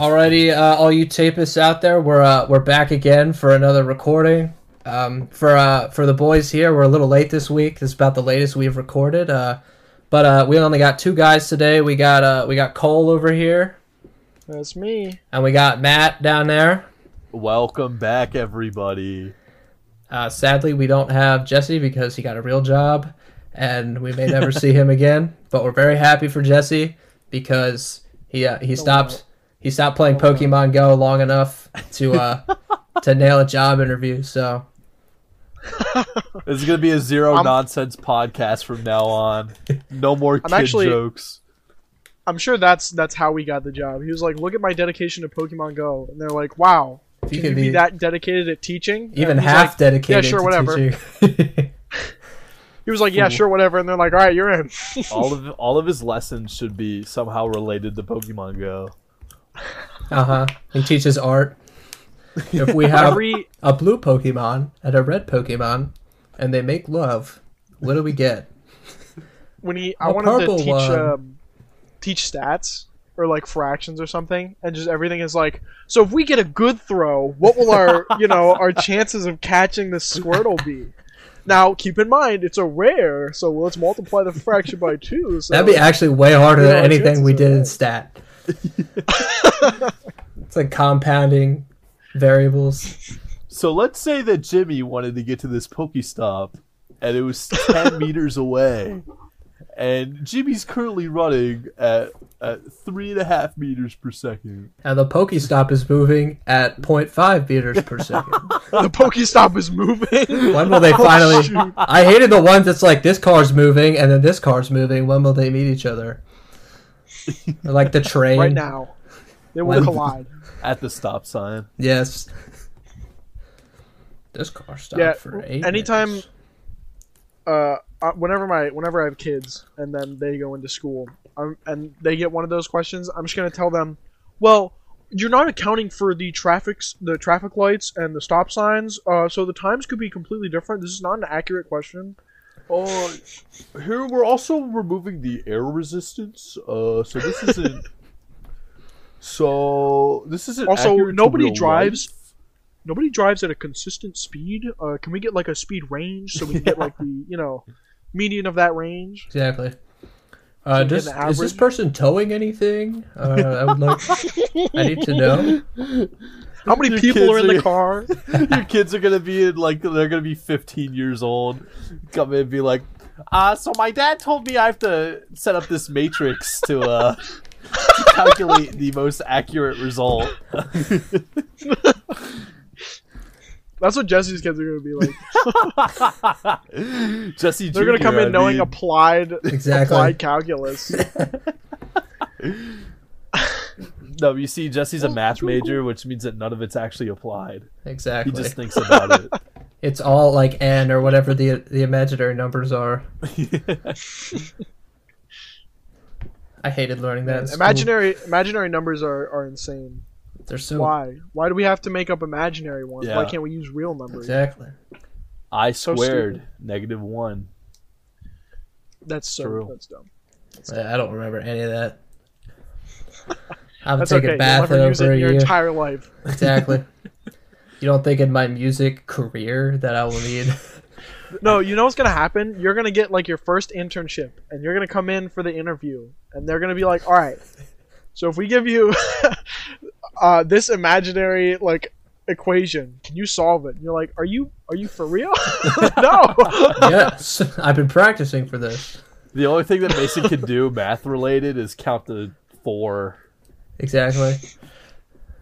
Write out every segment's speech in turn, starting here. Alrighty, uh, all you tapists out there, we're uh, we're back again for another recording. Um, for uh, for the boys here, we're a little late this week. This is about the latest we've recorded. Uh, but uh, we only got two guys today. We got uh, we got Cole over here, That's me. and we got Matt down there. Welcome back, everybody. Uh, sadly, we don't have Jesse because he got a real job, and we may never see him again. But we're very happy for Jesse because he uh, he stopped he stopped playing Pokemon Go long enough to uh, to nail a job interview. So This is gonna be a zero I'm- nonsense podcast from now on. No more kid actually- jokes. I'm sure that's that's how we got the job. He was like, "Look at my dedication to Pokemon Go," and they're like, "Wow, if can you be that dedicated at teaching?" even And he's half like- dedicated, "Yeah, sure, to whatever." teaching- He was like, "Yeah, Cool. sure, whatever," and they're like, "All right, you're in." All of all of his lessons should be somehow related to Pokemon Go. uh huh. He teaches art. If we have Every a blue Pokemon and a red Pokemon, and they make love, what do we get? when he, I A wanted purple to teach one. um, teach stats or like fractions or something, and just everything is like, so if we get a good throw, what will our you know our chances of catching the Squirtle be? Now, keep in mind, it's a rare, so let's multiply the fraction by two. So That'd be actually way harder You than know, anything we chances did are in right. stat. it's like compounding variables. So let's say that Jimmy wanted to get to this Pokestop, and it was ten meters away, and Jimmy's currently running at at three and a half meters per second. And the Pokestop is moving at 0.5 meters per second. the Pokestop is moving. When will they finally? Oh, shoot. I hated the ones that's like this car's moving and then this car's moving. When will they meet each other? Or like the train. right now. They will When- collide. At the stop sign. Yes. This car stopped Yeah, for eight. anytime- minutes. Uh, uh, whenever my whenever I have kids and then they go into school um, and they get one of those questions, I'm just gonna tell them, well, you're not accounting for the traffic's the traffic lights and the stop signs, uh, so the times could be completely different. This is not an accurate question. Oh, here we're also removing the air resistance. Uh, so this isn't. so this isn't. Also, accurate to nobody real drives- life. Nobody drives at a consistent speed. Uh, can we get like a speed range so we can get like the you know median of that range? Exactly. Uh, you get does, an is this average? person towing anything? Uh, I would like. I need to know. How many Your people kids are in are- the car? Your kids are gonna be in like they're gonna be 15 years old. Come in and be like, uh, so my dad told me I have to set up this matrix to uh to calculate the most accurate result. That's what Jesse's kids are gonna be like. Jesse, They're gonna come in knowing a. applied Exactly. applied calculus. no, you see, Jesse's a Oh, math major, which means that none of it's actually applied. He Exactly. just thinks about it. It's all like n or whatever the the imaginary numbers are. I hated learning that. in school. imaginary imaginary numbers are, are insane. They're so Why? Why do we have to make up imaginary ones? Why Yeah. can't we use real numbers? exactly. I So squared stupid. negative one. That's so True. that's dumb. I don't remember any of that. I haven't That's taken okay. a You'll bath in never use it over a in your year. entire life. exactly. You don't think in my music career that I will need? No, you know what's gonna happen? You're gonna get like your first internship and you're gonna come in for the interview and they're gonna be like, Alright, so if we give you uh, this imaginary like equation, can you solve it? And you're like, Are you are you for real? no. yes, I've been practicing for this. The only thing that Mason can do math related is count to four. Exactly.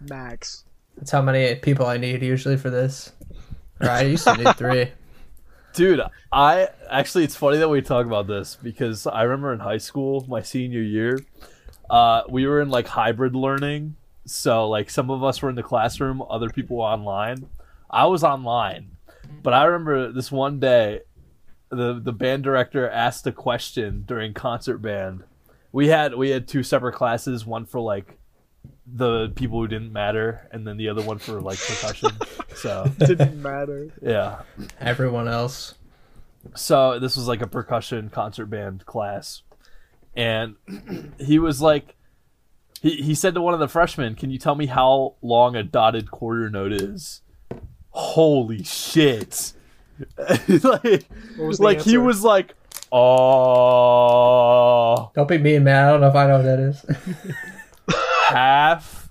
Max. That's how many people I need usually for this. Or I used to need three. Dude, I actually it's funny that we talk about this because I remember in high school, my senior year, uh, we were in like hybrid learning. So like some of us were in the classroom, other people were online. I was online. But I remember this one day the the band director asked a question during concert band. We had we had two separate classes, one for like the people who didn't matter and then the other one for like percussion. So, Didn't matter. yeah. Everyone else. so this was like a percussion concert band class and he was like He, he said to one of the freshmen, "Can you tell me how long a dotted quarter note is?" Holy shit! like, was the like he answer? was like, "Oh, Don't be mean, man. I don't know if I know what that is. half?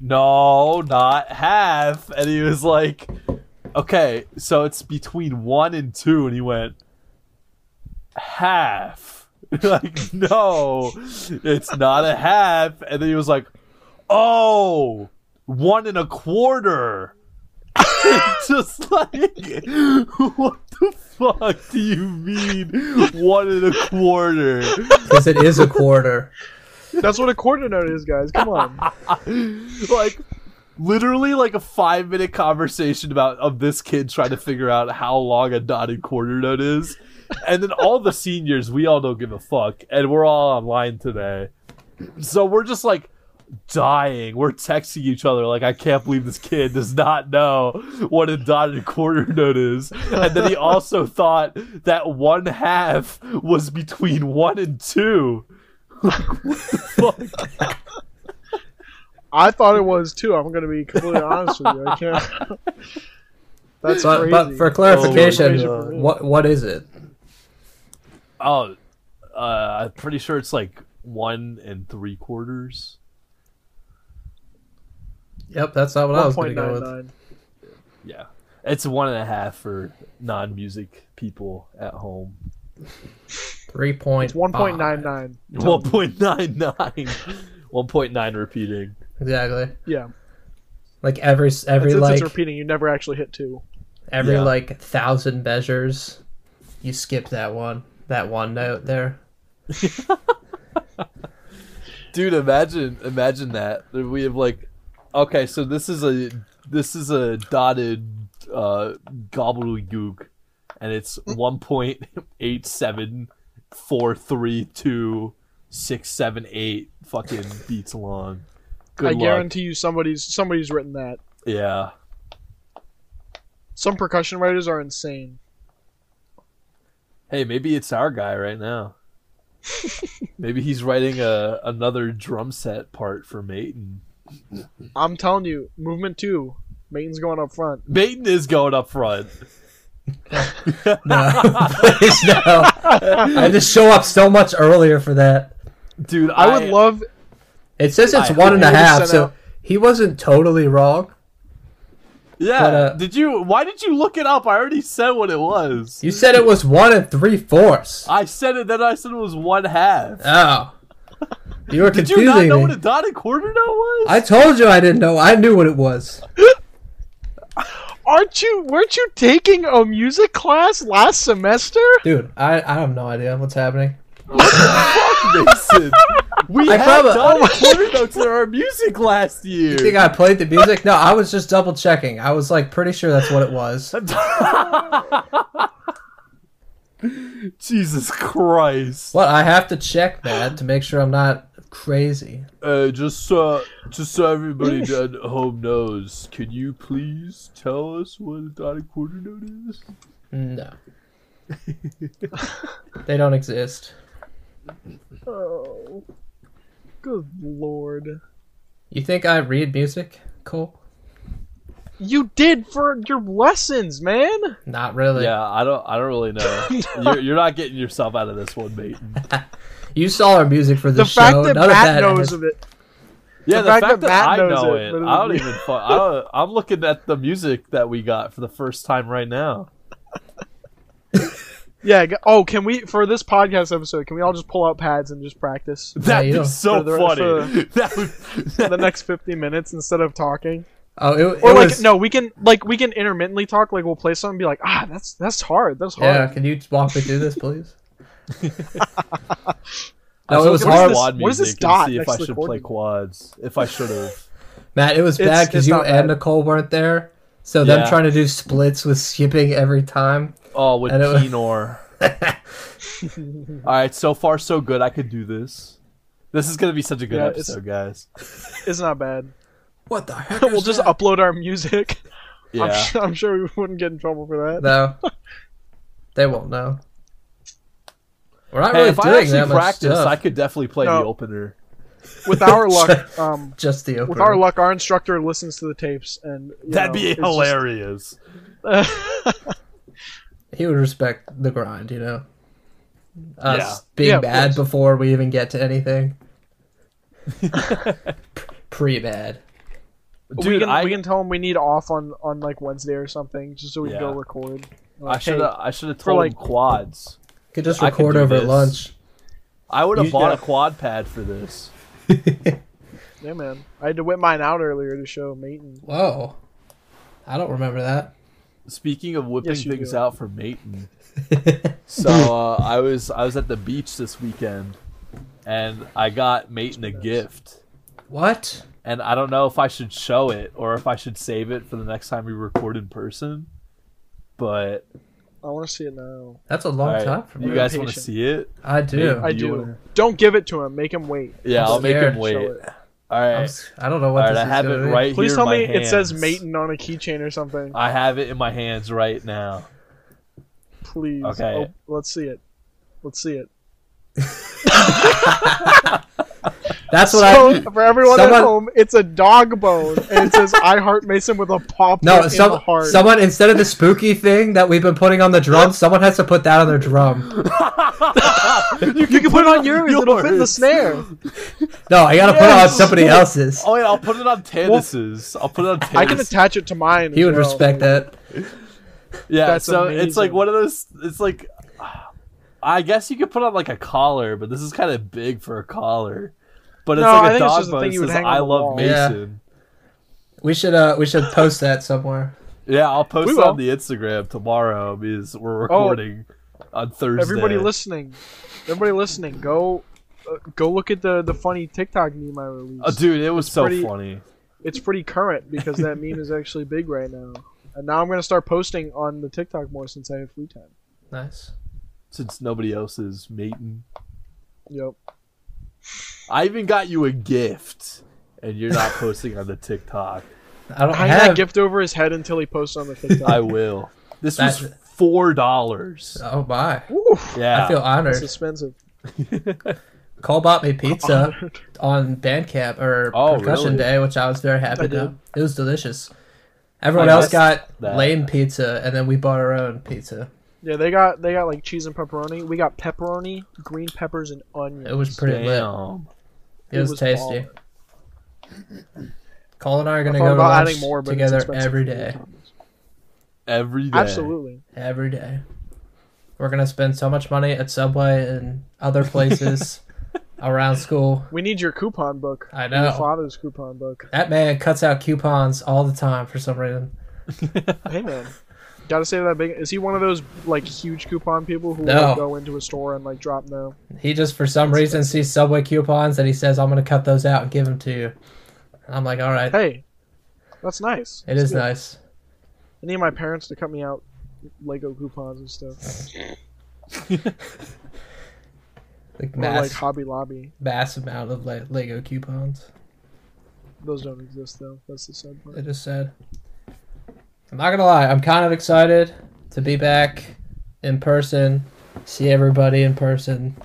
No, not half." And he was like, "Okay, so it's between one and two. And he went, "Half." like, no, it's not a half. And then he was like, "Oh, one and a quarter." just like what the fuck do you mean one and a quarter Because it is a quarter. That's what a quarter note is, guys. Come on. like literally like a five minute conversation about of this kid trying to figure out how long a dotted quarter note is and then all the seniors we all don't give a fuck and we're all online today so we're just like dying we're texting each other like i can't believe this kid does not know what a dotted quarter note is and then he also thought that one half was between one and two like, what the fuck I thought it was too. I'm gonna be completely honest with you. I can't. That's But, crazy. but for Oh clarification, my God. what what is it? Oh, uh, I'm pretty sure it's like one and three quarters. Yep, that's not what I was going to go with. 1.99. Yeah, it's one and a half for non-music people at home. Three point. It's 1.99. Ah, One point nine nine. One point nine repeating. Exactly. Yeah. Like every s- every Since like it's repeating, you never actually hit two. every Yeah. like thousand measures, you skip that one that one note there. Dude, imagine imagine that That we have like, okay, so this is a this is a dotted uh, gobbledygook, and it's Hmm. one point eight seven four three two six seven eight fucking beats long. Good I luck. guarantee you, somebody's somebody's written that. Yeah. Some percussion writers are insane. Hey, maybe it's our guy right now. maybe he's writing a another drum set part for Maiden. I'm telling you, movement two, Maton's going up front. Maiden is going up front. No, please no. I just show up so much earlier for that. Dude, I would love It says it's I one and a hope it was half, sent so out. he wasn't totally wrong. Yeah. But, uh, did you? Why did you look it up? I already said what it was. You said it was one and three fourths. I said it. Then I said it was one half. Oh, you were Did confusing you not know me. what a dotted quarter note was? I told you I didn't know. I knew what it was. Aren't you? Weren't you taking a music class last semester? Dude, I, I have no idea what's happening. Fuck, Mason. We I had probably- dotted quarter notes in our music last year. You think I played the music? No, I was just double checking. I was like pretty sure that's what it was. Jesus Christ. What I have to check, man, to make sure I'm not crazy. Uh, just so just so everybody at home knows, can you please tell us what a dotted quarter note is? No. they don't exist. Oh, good lord! You think I read music, Cole? You did for your lessons, man. Not really. Yeah, I don't. I don't really know. you're, you're not getting yourself out of this one, mate. You saw our music for The this fact show. that None Matt of that knows has- of it. Yeah, The the, fact fact, that that, Matt I knows know it, it, but it I don't was- even. Fu- I don't, I'm looking at the music that we got for the first time right now. Yeah. g- Oh, can we for this podcast episode? Can we all just pull out pads and just practice That'd you. be so For the- funny. that would. the next fifty minutes instead of talking? Oh, it, Or it like, was- no, we can like we can intermittently talk. Like we'll play something, and be like, ah, that's that's hard. That's hard. Yeah, can you walk me through this, please? I no, it was looking at hard, this- what is this dot See if next I to the should quarter play note? quads. If I should have. Matt. It was It's- bad because it's you not and bad. Nicole weren't there, so them Yeah. trying to do splits was skipping every time. Oh, with And it was- Pinor. All right, so far so good. I could do this. This is gonna be such a good Yeah, it's- episode, guys. It's not bad. What the heck? we'll just upload our music. Yeah, I'm, sure, I'm sure we wouldn't get in trouble for that. no. They won't know. We're not hey, really if I doing actually that much practice, stuff. I could definitely play No. the opener. with our luck, um, Just the opener. with our luck, our instructor listens to the tapes, and you That'd know, be it's just- hilarious. he would respect the grind, you know. Us Yeah. being Yeah, of bad course. before we even get to anything. Pre bad. Dude, we can I, we can tell him we need off on on like Wednesday or something, just so we can Yeah. go record. I Like, should hey, have I should have for, told like- him quads. Could just I could record do over this. lunch. I would have You- bought yeah. a quad pad for this. yeah, man, I had to whip mine out earlier to show Maiden. Whoa. I don't remember that. Speaking of whipping Yes, you things do. out for mating, so uh, I was I was at the beach this weekend, and I got mating a gift, What? and I don't know if I should show it or if I should save it for the next time we record in person. But I want to see it now. That's a long all right, time from you now. guys want to Patient. see it? I do. I You do. wanna- Don't give it to him. Make him wait. Yeah, I'm I'll make him scared. wait. Show it. All I'm right, s- I don't know all what right. this I is have it gonna be. right Please here. tell in my me it says hands. Maiden on a keychain or something. I have it in my hands right now. Please. Okay. Oh, let's see it. Let's see it. That's what I. So, for everyone someone- at home, it's a dog bone, and it says "I heart Mason" with a paw print No, in the some, heart. someone instead of the spooky thing that we've been putting on the drum, someone has to put that on their drum. you you can put it on yours; it'll fit the snare. No, I gotta put it on Yes! somebody else's. Oh wait, I'll put it on Tannis's. I'll put it on Tannis. I can attach it to mine. He as would well. respect that. yeah, That's so it's like amazing. one of those. It's like, I guess you could put on like a collar, but this is kind of big for a collar. But it's No, I like a think it's dog just a bone. thing that you would says, hang on "I the love wall." Yeah. Mason." We should uh we should post that somewhere. Yeah, I'll post We it will. Oh. on the Instagram tomorrow because we're recording on Thursday. Everybody listening, everybody listening, go, uh, go look at the the funny TikTok meme I released. Oh, dude, it was so pretty- funny. It's pretty current because that meme is actually big right now. And now I'm gonna start posting on the TikTok more since I have free time. Nice. Since nobody else is mating, Yep. I even got you a gift, and you're not posting on the TikTok. I don't Hang have. that gift over his head until he posts on the TikTok. I will. This was That- four dollars. oh my! Oof, Yeah, I feel It's honored. expensive. Cole bought me pizza on Bandcamp or Oh, Percussion really? Day, which I was very happy I about. did. It was delicious. Everyone I else missed got that. lame pizza, and then we bought our own pizza. Yeah, they got they got like cheese and pepperoni. We got pepperoni, green peppers, and onions. It was pretty lit. Damn. It was, tasty. baller. Cole and I are gonna thought go to about lunch adding more, but it's together expensive. every day. Every day. Absolutely. Every day. We're gonna spend so much money at Subway and other places around school. We need your coupon book. I Your know. father's coupon book. That man cuts out coupons all the time for some reason. Hey man, gotta save that big. Is he one of those like huge coupon people who No. will go into a store and like drop no? He just for some reason sees Subway coupons and he says, "I'm gonna cut those out and give them to you." And I'm like, "All right, Hey, that's nice. it is That's good. nice." I need my parents to cut me out Lego coupons and stuff, Like or like mass, Hobby Lobby. mass amount of like Lego coupons. Those don't exist though. That's the sad part. It just said. I'm not gonna lie. I'm kind of excited to be back in person, see everybody in person.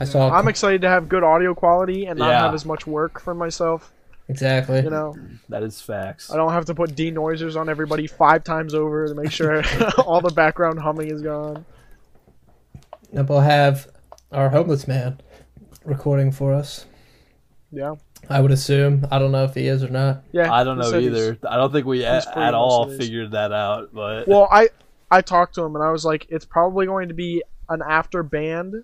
I saw I'm excited to have good audio quality and not Yeah. have as much work for myself. exactly. You know, That is facts. I don't have to put denoisers on everybody five times over to make sure all the background humming is gone. And we'll have our homeless man recording for us. Yeah, I would assume. I don't know if he is or not. yeah. I don't he know said he's- either. I don't think we he's at, pretty at all much it is. figured that out, but Well, I I talked to him and I was like, it's probably going to be an after band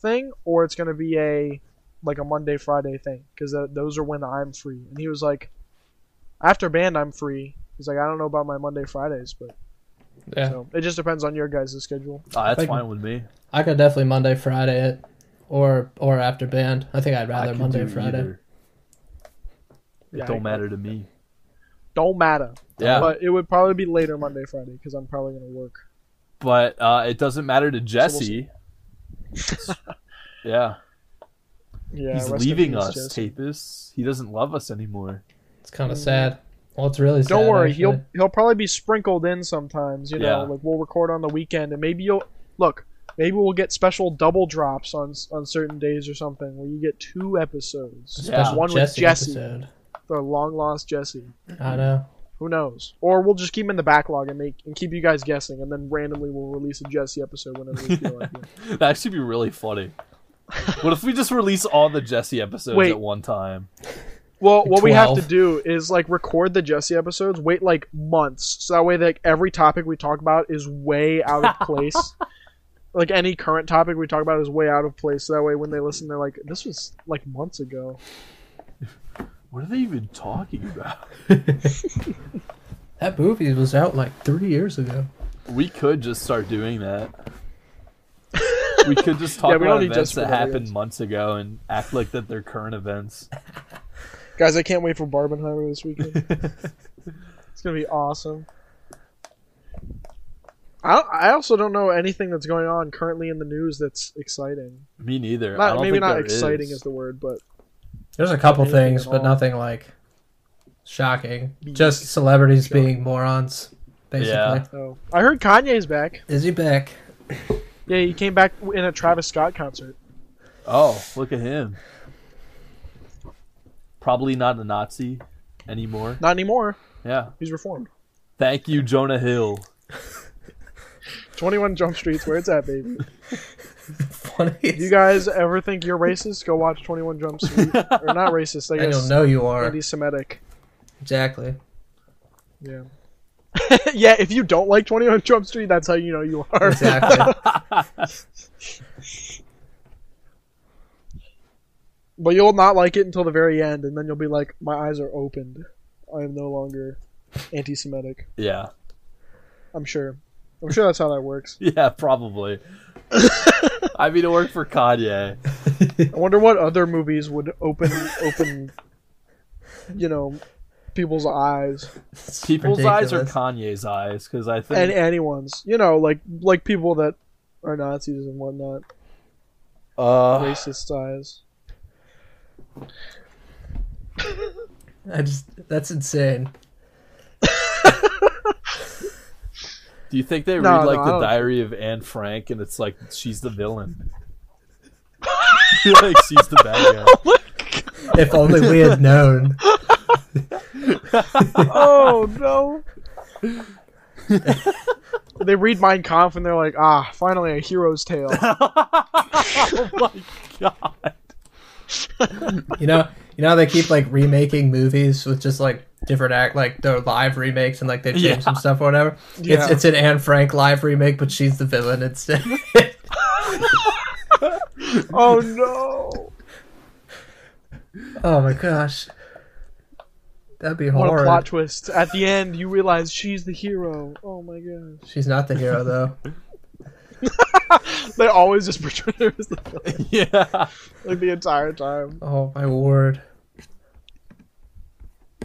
thing, or it's going to be a like a Monday Friday thing because those are when I'm free. And he was like, after band I'm free. He's like, I don't know about my Monday Fridays, but Yeah, so it just depends on your guys' schedule. oh, that's think- fine with me. I could definitely Monday, Friday, it, or or after band. I think I'd I rather could Monday, do Friday. either. It Yeah, I don't could. matter to me. Don't matter. Yeah, but, But it would probably be later Monday Friday because I'm probably going to work. uh, it doesn't matter to Jesse. yeah, Yeah, he's rest in leaving peace, us, Jesse. Tapis. He doesn't love us anymore. It's kind of sad. Well, it's really sad. Don't worry, actually. he'll he'll probably be sprinkled in sometimes. You know, Yeah. like we'll record on the weekend, and maybe you'll look. Maybe we'll get special double drops on s- on certain days or something where you get two episodes. Yeah. There's one Jesse with Jesse, episode. the long lost Jesse. I know. Who knows? Or we'll just keep him in the backlog and make and keep you guys guessing, and then randomly we'll release a Jesse episode whenever we feel like it. That'd actually be really funny. what if we just release all the Jesse episodes Wait. at one time? Well, what we have to 12. do is like record the Jesse episodes, wait like months, so that way like every topic we talk about is way out of place. like any current topic we talk about is way out of place. So that way when they listen, they're like, "This was like months ago." What are they even talking about? That movie was out like three years ago. We could just start doing that. we could just talk Yeah, we don't about need events Jesse that for that, I happened guess. months ago and act like that they're current events. Guys, I can't wait for Barbenheimer this weekend. it's gonna be awesome. I I also don't know anything that's going on currently in the news that's exciting. Me neither. I Not don't maybe think not there exciting is. is the word, but There's a couple Anything things, at but all. nothing like shocking. Big Just celebrities shocking. being morons, basically. Yeah. oh, I heard Kanye's back. Is he back? Yeah, he came back in a Travis Scott concert. Oh, look at him. Probably not a Nazi anymore. Not anymore. Yeah. He's reformed. Thank you, Jonah Hill. 21 Jump Street's where it's at, baby. Funny. If you guys ever think you're racist, go watch 21 Jump Street. or not racist, I I guess. don't know you are. Anti-Semitic. Exactly. Yeah. yeah, if you don't like 21 Jump Street, that's how you know you are. Exactly. But you'll not like it until the very end, and then you'll be like, my eyes are opened. I am no longer anti-Semitic. Yeah. I'm sure. I'm sure that's how that works. Yeah, probably. I mean, it worked for Kanye. I wonder what other movies would open open, you know, people's eyes. It's People's eyes are ridiculous. Kanye's eyes because I think and anyone's you know like like people that are nazis and whatnot uh, racist eyes I just that's insane. Do you think they No, read no, like I the don't- Diary of Anne Frank and it's like she's the villain? like she's the bad guy. If only we had known. oh no they read mein kampf and they're like ah finally a hero's tale oh my god! You know, you know how they keep like remaking movies with just like different act, like their live remakes and like they change Yeah. some stuff or whatever. Yeah. It's it's an Anne Frank live remake, but she's the villain instead. oh no oh my gosh, that'd be what a plot horrible. twist at the end you realize she's the hero oh my gosh She's not the hero though. they always just portray her as the villain, Yeah, like the entire time Oh my word.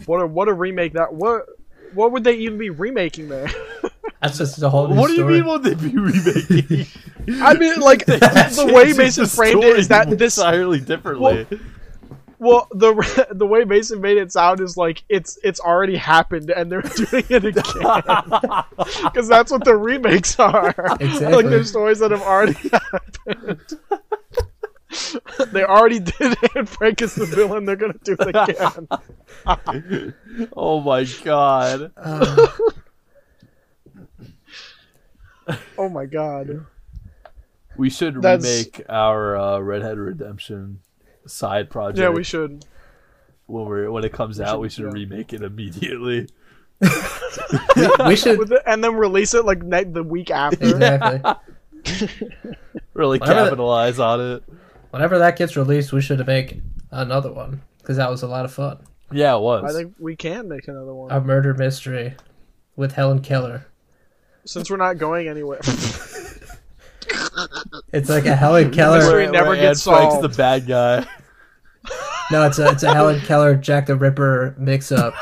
what a what a remake that what what would they even be remaking there That's just a whole new what do you story. mean? Will they be remaking? i mean like the way Changes mason the framed it story is that this entirely differently. Well, the the way Mason made it sound is like it's it's already happened and they're doing it again because that's what the remakes are. Exactly. Like there's stories that have already happened. they already did Anne Frank is the villain. They're gonna do it again. oh my god! Oh, Oh my god. We should That's- remake our uh, Red Dead Redemption side project. Yeah, we should. when we when it comes out, we should yeah. remake it immediately. we- we should With the, and then release it like ne- the week after. exactly. Really Whatever the- capitalize on it. Whenever that gets released, we should make another one because that was a lot of fun. Yeah, it was. I think we can make another one a murder mystery with Helen Keller. since we're not going anywhere. It's like a Helen Mystery Keller. Mystery never gets Anne Frank's solved. the bad guy. No, it's a it's a Helen Keller Jack the Ripper mix up.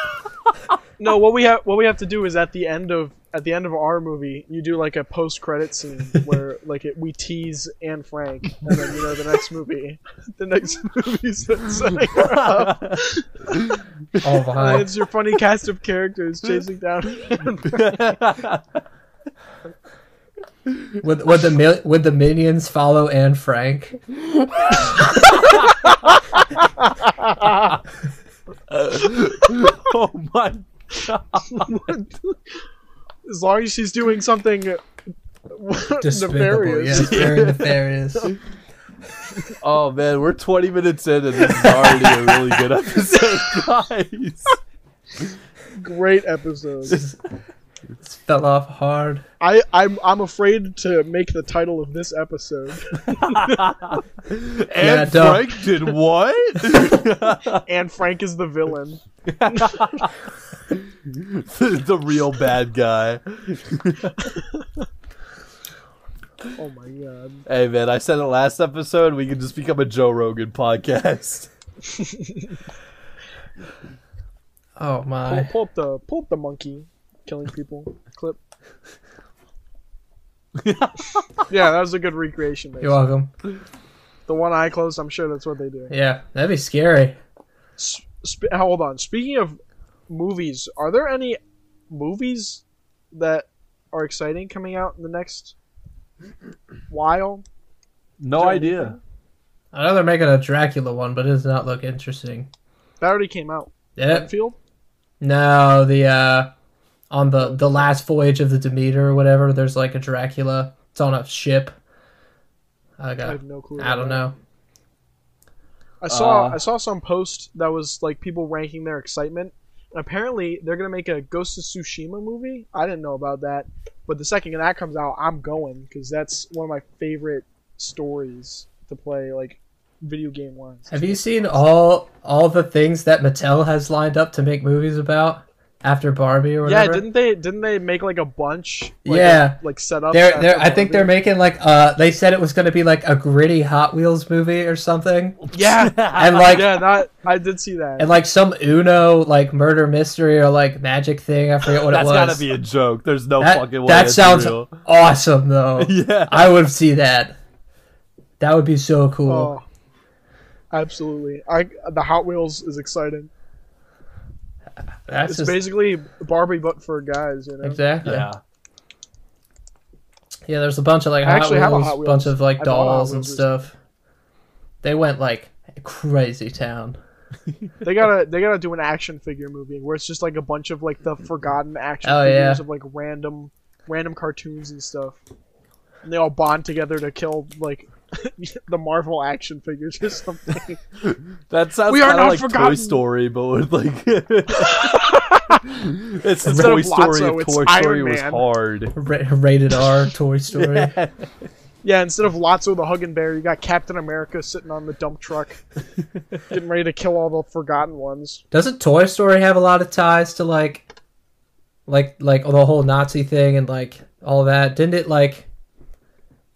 No, what we have what we have to do is at the end of at the end of our movie, you do like a post credit scene where like it, we tease Anne Frank, and then you know the next movie, the next movie's setting her up. All And behind. it's your funny cast of characters chasing down. Anne Frank. Would, would the mil- would the minions follow Anne Frank? oh my god! As long as she's doing something Despicable, nefarious. yes, very nefarious. Oh man, we're 20 minutes in and this is already a really good episode, guys. Great episode. Just- it's fell off hard. I, I'm I'm afraid to make the title of this episode. And Yeah, don't. Frank did what? And Frank is the villain. the, the real bad guy. Oh my god. Hey man, I said it last episode. We can just become a Joe Rogan podcast. Oh Pull, my! pull up the pull up the monkey killing people clip. yeah, that was a good recreation. You're Mason. welcome. The one eye closed. I'm sure that's what they do. Yeah, that'd be scary. S- sp- hold on. Speaking of movies, are there any movies that are exciting coming out in the next while? No Joe, idea. I know they're making a Dracula one, but it does not look interesting. That already came out. Yep. Renfield. No, the uh, on the the last voyage of the Demeter or whatever, there's like a Dracula. It's on a ship. I I got. have no clue. I about don't that. know. I saw Uh, I saw some post that was like people ranking their excitement. And apparently, they're gonna make a Ghost of Tsushima movie. I didn't know about that, but the second that comes out, I'm going because that's one of my favorite stories to play, like video game wise. Have you seen all all the things that Mattel has lined up to make movies about after Barbie or Yeah, whatever? didn't they didn't they make like a bunch? Like, Yeah. a- like set up. They're, after they're, I think they're Barbie? making like uh they said it was gonna be like a gritty Hot Wheels movie or something yeah and like yeah that I did see that. and like some Uno like murder mystery or like magic thing I forget what That's it was gotta be a joke. There's no that, fucking way. that it's sounds real. awesome though Yeah. I would see that that would be so cool oh, absolutely. I the Hot Wheels is exciting. that's It's just basically Barbie but for guys, you know. exactly yeah. yeah. there's a bunch of like I Hot actually have a Wheels, Hot Wheels. bunch of I like bought a Hot dolls and Wheels stuff they went like crazy town They gotta they gotta do an action figure movie where it's just like a bunch of like the forgotten action Oh, figures yeah. of like random random cartoons and stuff. And they all bond together to kill like the Marvel action figures or something. That sounds We are kinda not like Toy forgotten. Story, but with like it's Instead the of Toy Story. Lotso, if it's Toy Iron Story was Man. hard. Ra- rated R Toy Story yeah, instead of Lotso the Hugging Bear, you got Captain America sitting on the dump truck, getting ready to kill all the forgotten ones. Doesn't Toy Story have a lot of ties to like, like, like the whole Nazi thing and like all that? Didn't it like?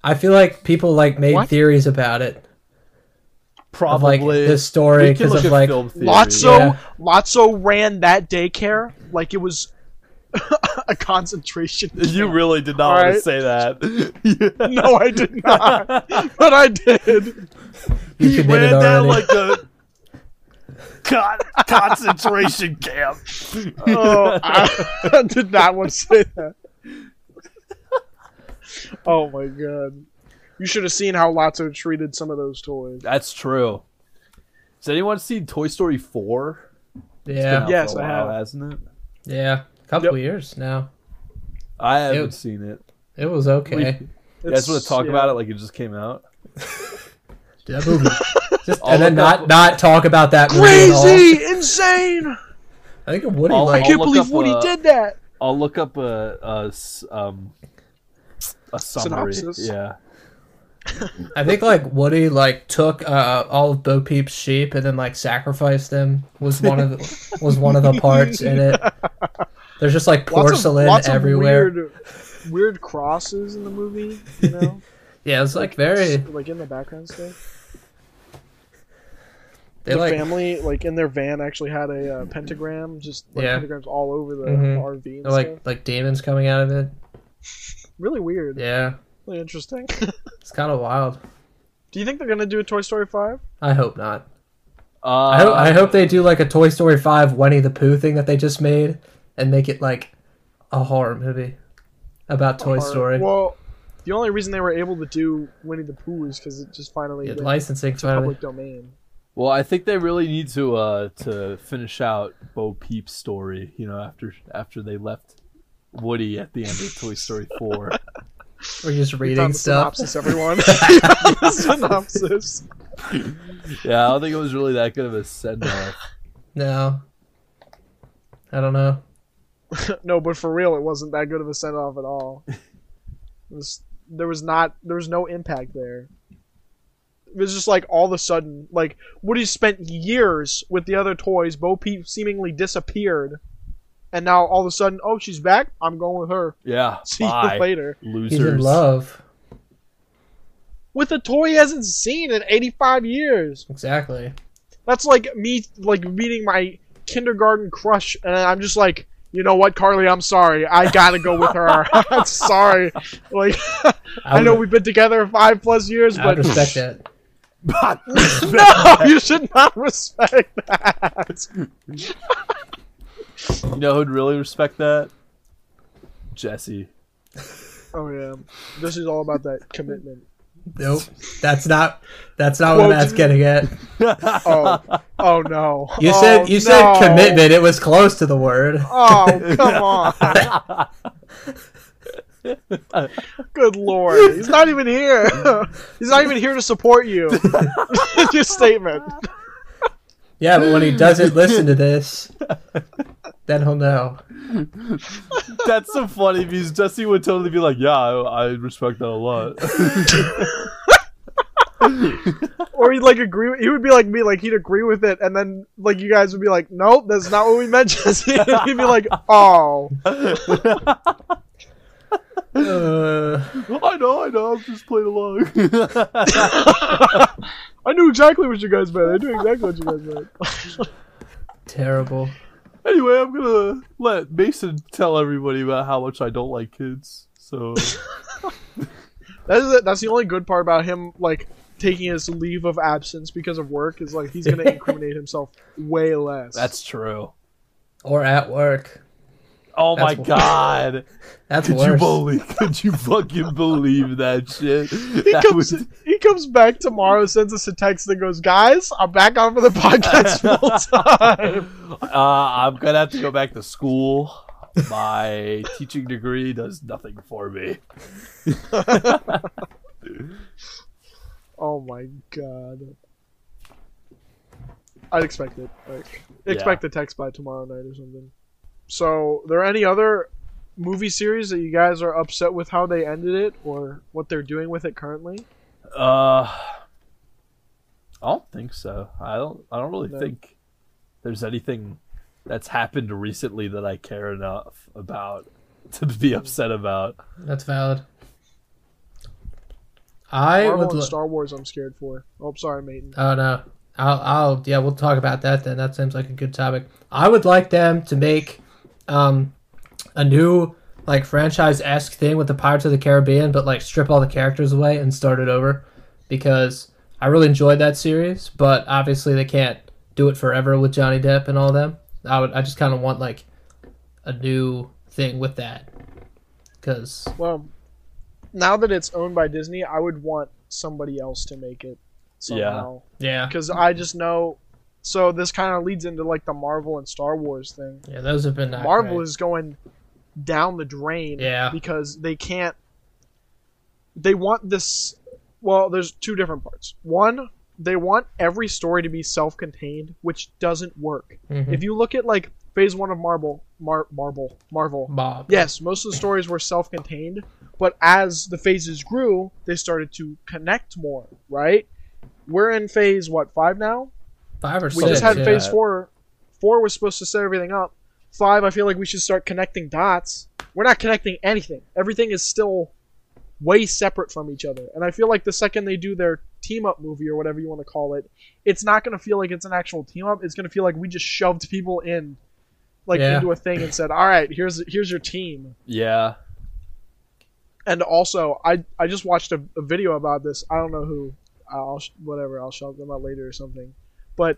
I feel like people like made What? theories about it of Probably like this story We can because look of at like film theory. Lotso Yeah. Lotso ran that daycare like it was a concentration. You really did not All want to right. say that. Yeah. No, I did not. But I did. you he committed ran down already. like a con- concentration camp. Oh, I did not want to say that. Oh my god. You should have seen how Lotso treated some of those toys. That's true. Has anyone seen Toy Story four? yeah, Yes, For a I while, have. Hasn't it? yeah, a couple Yep. years now. I haven't Dude. seen it. It was okay. We- you guys It's- want to talk yeah. about it like it just came out? That movie, just All and then of not that- not talk about that movie at all. Crazy! Insane! I think it would be All- I like can't look believe up, Woody uh, did that! I'll look up a, a s- um a summary. Synopsis? Yeah. I think like Woody like took uh, all of Bo Peep's sheep and then like sacrificed them was one of the, was one of the parts in it. There's just like porcelain everywhere. Of weird, weird crosses in the movie, you know? yeah, it's like very Like in the background stuff. they the like family, like in their van, actually had a uh, pentagram, just like Yeah. pentagrams all over the Mhm. RV and they're stuff. like like demons coming out of it. really weird. Yeah, Really interesting. it's kind of wild. Do you think they're gonna do a Toy Story five? I hope not. Uh, I hope I hope they do like a Toy Story Five Winnie the Pooh thing that they just made and make it like a horror movie about Toy Or- Story. Well, The only reason they were able to do Winnie the Pooh is because it just finally Yeah, went licensing to finally. public domain. Well, I think they really need to uh to finish out Bo Peep's story. You know, after after they left Woody at the end of Toy Story Four. We're just You found reading the stuff. synopsis, everyone. You found the synopsis. yeah, I don't think it was really that good of a send off. No, I don't know. no, but for real, it wasn't that good of a send off at all. It was, there was not there was no impact there. It was just like all of a sudden, like Woody spent years with the other toys. Bo Peep seemingly disappeared, and now all of a sudden, oh, she's back. I'm going with her. Yeah, See you bye, later He's losers. in love. with a toy he hasn't seen in 85 years. Exactly. That's like me like meeting my kindergarten crush, and I'm just like, you know what, Carly, I'm sorry. I gotta go with her. I'm sorry. Like, I, know would- we've been together five plus years, I would but respect that. no, you should not respect that. You know who'd really respect that? Jesse. Oh yeah, this is all about that commitment. Nope. That's not. That's not what Quote- Matt's getting at. Oh, oh no. You Oh, said you said no. commitment. It was close to the word. Oh come on. Good lord, he's not even here. he's not even here to support you. Your statement. Yeah, but when he doesn't listen to this, then he'll know. That's so funny because Jesse would totally be like, "Yeah, I, I respect that a lot." or he'd like agree. With, he would be like me, like he'd agree with it, and then like you guys would be like, "Nope, that's not what we meant." Jesse. And he'd be like, "Oh, Uh, I know, I know. I'm just playing along. yeah, I knew exactly what you guys meant. I knew exactly what you guys meant." terrible. Anyway, I'm gonna let Mason tell everybody about how much I don't like kids. So That is it. That's the only good part about him, like taking his leave of absence because of work. Is like he's gonna incriminate himself way less. true. Or at work. Oh That's my wor- god! That's Could you worse. believe? Could you fucking believe that shit? He That comes, was he comes back tomorrow, sends us a text that goes, Guys, I'm back on for the podcast full time. Uh, I'm gonna have to go back to school. My teaching degree does nothing for me. Oh my god. I'd expect it. Like, expect a text by tomorrow night or something. So, there any other movie series that you guys are upset with how they ended it or what they're doing with it currently? Uh, I don't think so. I don't. I don't really No. think there's anything that's happened recently that I care enough about to be upset about. That's valid. I Marvel would. and Lo- Star Wars, I'm scared for. Oh, sorry, Maiden. oh no. I'll. I'll. Yeah, we'll talk about that then. That seems like a good topic. I would like them to make, um, a new like franchise esque thing with the Pirates of the Caribbean, but like strip all the characters away and start it over, because I really enjoyed that series. But obviously they can't do it forever with Johnny Depp and all them. I would. I just kind of want like a new thing with that, because Well, now that it's owned by Disney, I would want somebody else to make it Yeah. somehow. yeah. Because I just know. So, this kind of leads into like the Marvel and Star Wars thing. Yeah, those have been not Marvel great. is going down the drain Yeah. because they can't they want this well there's two different parts. One, they want every story to be self-contained, which doesn't work. Mhm. If you look at like phase 1 of Marvel Mar- Marvel Marvel. Bob. Yes, most of the stories were self-contained, but as the phases grew, they started to connect more, right? We're in phase what, 5 now? Five or six. we just had yeah. phase four. Four was supposed to set everything up. Five, I feel like we should start connecting dots. We're not connecting anything. Everything is still way separate from each other. And I feel like the second they do their team up movie or whatever you want to call it, it's not going to feel like it's an actual team up. It's going to feel like we just shoved people in, like Yeah. into a thing and said, "All right, here's here's your team." Yeah. and also I I just watched a, a video about this. I don't know who. I'll sh- whatever. I'll shout them out later or something. But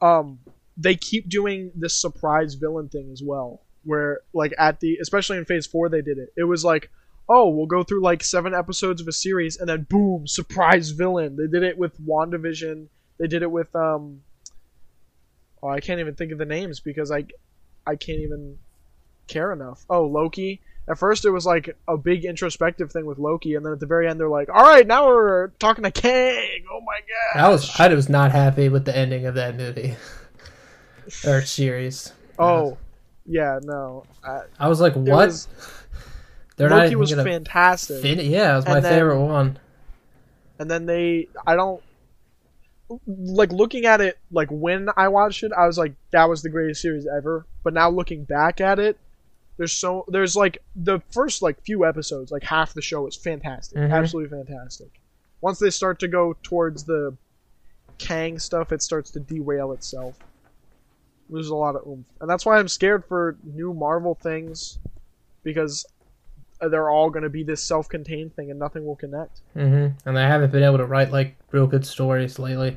um, they keep doing this surprise villain thing as well, where like at the especially in Phase Four they did it. It was like, oh, we'll go through like seven episodes of a series, and then boom, surprise villain. They did it with WandaVision. They did it with um. Oh, I can't even think of the names because I, I can't even care enough. Oh, Loki. At first, it was like a big introspective thing with Loki, and then at the very end, they're like, "All right, now we're talking to Kang." Oh my god! I was I was not happy with the ending of that movie or series. Oh, yeah, no. I, I was like, there what? was- They're not Loki even was gonna fantastic. fin- Yeah, it was And my then- favorite one. and then they i don't like looking at it like when i watched it i was like that was the greatest series ever but now looking back at it there's so there's like the first like few episodes like half the show is fantastic Mhm. absolutely fantastic once they start to go towards the kang stuff it starts to derail itself loses a lot of oomph and that's why i'm scared for new marvel things because uh, they're all going to be this self-contained thing and nothing will connect hmm And I haven't been able to write like real good stories lately.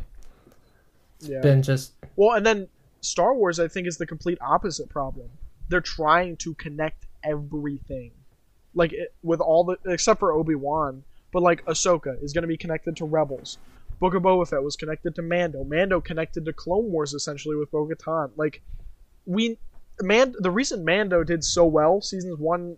yeah Been just Well, and then Star Wars, I think, is the complete opposite problem. They're trying to connect everything, like it, with all the except for Obi Wan, but like Ahsoka is going to be connected to Rebels. Book of Boba Fett was connected to Mando. Mando connected to Clone Wars essentially with Bo-Katan. Like we, Man, the reason Mando did so well, seasons one,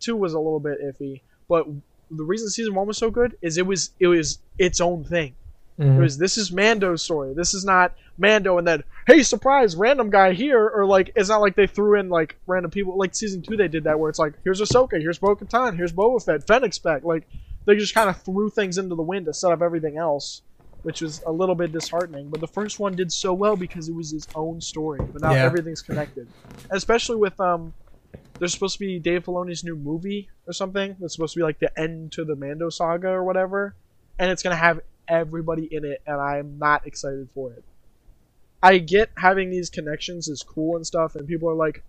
two was a little bit iffy, but the reason season one was so good is it was it was its own thing. It mhm. was this is Mando's story. This is not Mando and then hey surprise random guy here or like it's not like they threw in like random people like season two they did that where it's like here's Ahsoka here's Bo Katan here's Boba Fett Fennec Spec like they just kind of threw things into the wind to set up everything else, which was a little bit disheartening. But the first one did so well because it was his own story, but now Yeah. everything's connected, especially with um. There's supposed to be Dave Filoni's new movie or something that's supposed to be like the end to the Mando saga or whatever and it's going to have everybody in it and i'm not excited for it i get having these connections is cool and stuff and people are like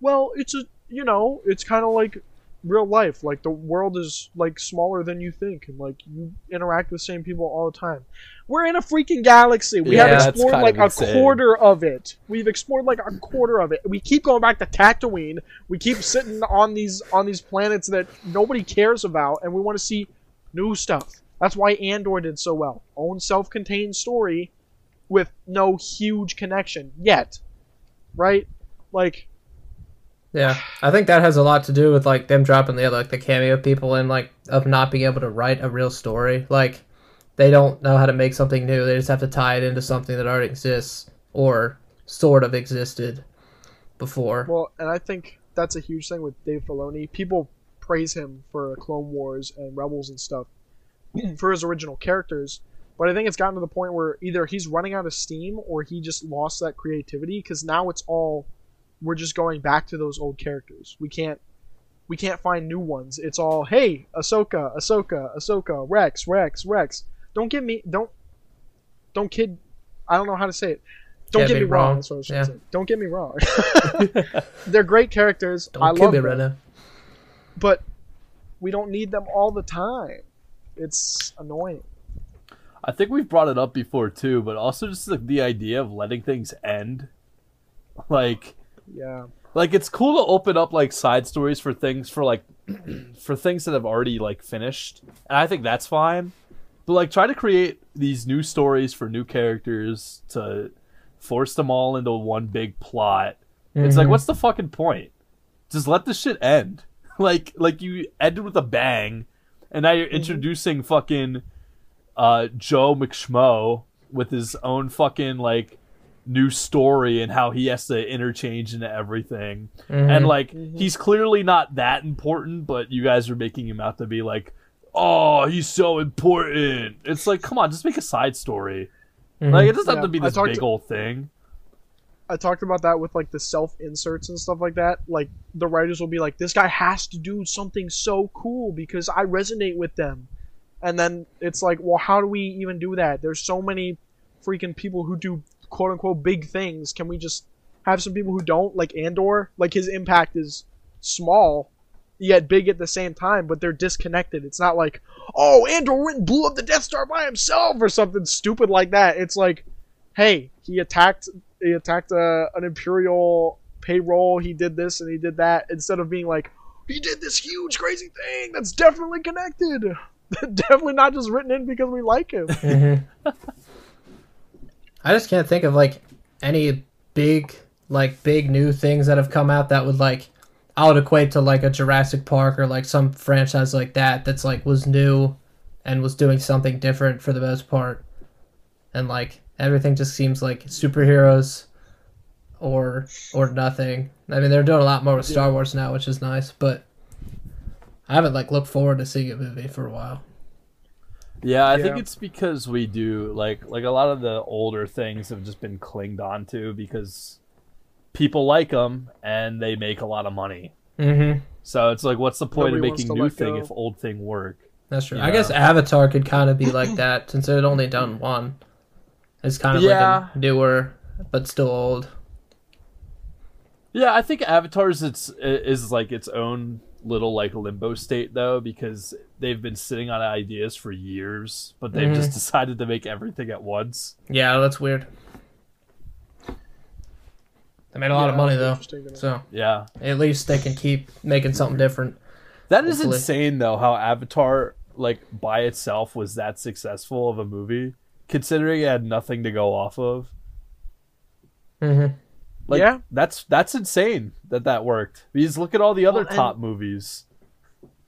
well it's a you know it's kind of like real life like the world is like smaller than you think and like you interact with same people all the time we're in a freaking galaxy we Yeah, have that's explored kind like of a insane. quarter of it we've explored like a quarter of it we keep going back to tatooine we keep sitting on these on these planets that nobody cares about and we want to see new stuff that's why andor did so well own self-contained story with no huge connection yet right like Yeah, I think that has a lot to do with like them dropping the like the cameo people and like of not being able to write a real story. Like they don't know how to make something new. They just have to tie it into something that already exists or sort of existed before. Well, and I think that's a huge thing with Dave Filoni. People praise him for Clone Wars and Rebels and stuff for his original characters, but I think it's gotten to the point where either he's running out of steam or he just lost that creativity because now it's all we're just going back to those old characters. We can't we can't find new ones. It's all hey, Ahsoka, Ahsoka, Ahsoka, Rex, Rex, Rex. Don't get me don't don't kid. I don't know how to say it. Don't Get get, me me wrong. wrong. that's what I was trying Yeah. to say. Don't get me wrong. They're great characters. don't I kid love me them, right now. but we don't need them all the time. It's annoying. I think we've brought it up before too, but also just like the idea of letting things end. Like Yeah. like it's cool to open up like side stories for things for like for things that have already like finished. And I think that's fine. But like try to create these new stories for new characters to force them all into one big plot. It's like Mhm. what's the fucking point? Just let this shit end. Like like you ended with a bang and now you're introducing fucking uh, Joe McSchmo with his own fucking like new story and how he has to interchange into everything. And like Mm-hmm. he's clearly not that important, but you guys are making him out to be like, oh, he's so important. It's like, come on, just make a side story. Mhm. Like it doesn't have to Yeah, be I this talked big to- old thing. I talked about that with like the self inserts and stuff like that. Like the writers will be like, "This guy has to do something so cool because I resonate with them," and then it's like, "Well, how do we even do that?" There's so many freaking people who do quote unquote big things. Can we just have some people who don't? Like Andor, like his impact is small, yet big at the same time, but they're disconnected. It's not like, "Oh, Andor went and blew up the Death Star by himself" or something stupid like that. It's like, "Hey, he attacked he attacked uh, an imperial payroll he did this and he did that instead of being like he did this huge crazy thing that's definitely connected. definitely not just written in because we like him. I just can't think of like any big like big new things that have come out that would like I would equate to like a Jurassic Park or like some franchise like that that's like was new and was doing something different for the most part. And like everything just seems like superheroes or or nothing. I mean they're doing a lot more with Star Wars now, which is nice, but I haven't like looked forward to seeing a movie for a while. Yeah, I think Yeah. it's because we do like like a lot of the older things have just been clinged on to because people like them and they make a lot of money. Mm-hmm. So it's like, what's the point Nobody of wants to making new let thing go. if old thing work? That's true. You I guess know? Avatar could kind of be like that since it had only done one. It's kind of Yeah. like a newer but still old. Yeah, I think Avatar's its is like its own little like limbo state though because they've been sitting on ideas for years, but they've Mhm. just decided to make everything at once. Yeah, that's weird. They made a lot of Yeah, money it's though, interesting to me. so Yeah, at least they can keep making something different. that is Hopefully. insane though. How Avatar like by itself was that successful of a movie, considering it had nothing to go off of. Mm-hmm. Like, Yeah. that's that's insane that that worked. Because look at all the other Well, and- top movies.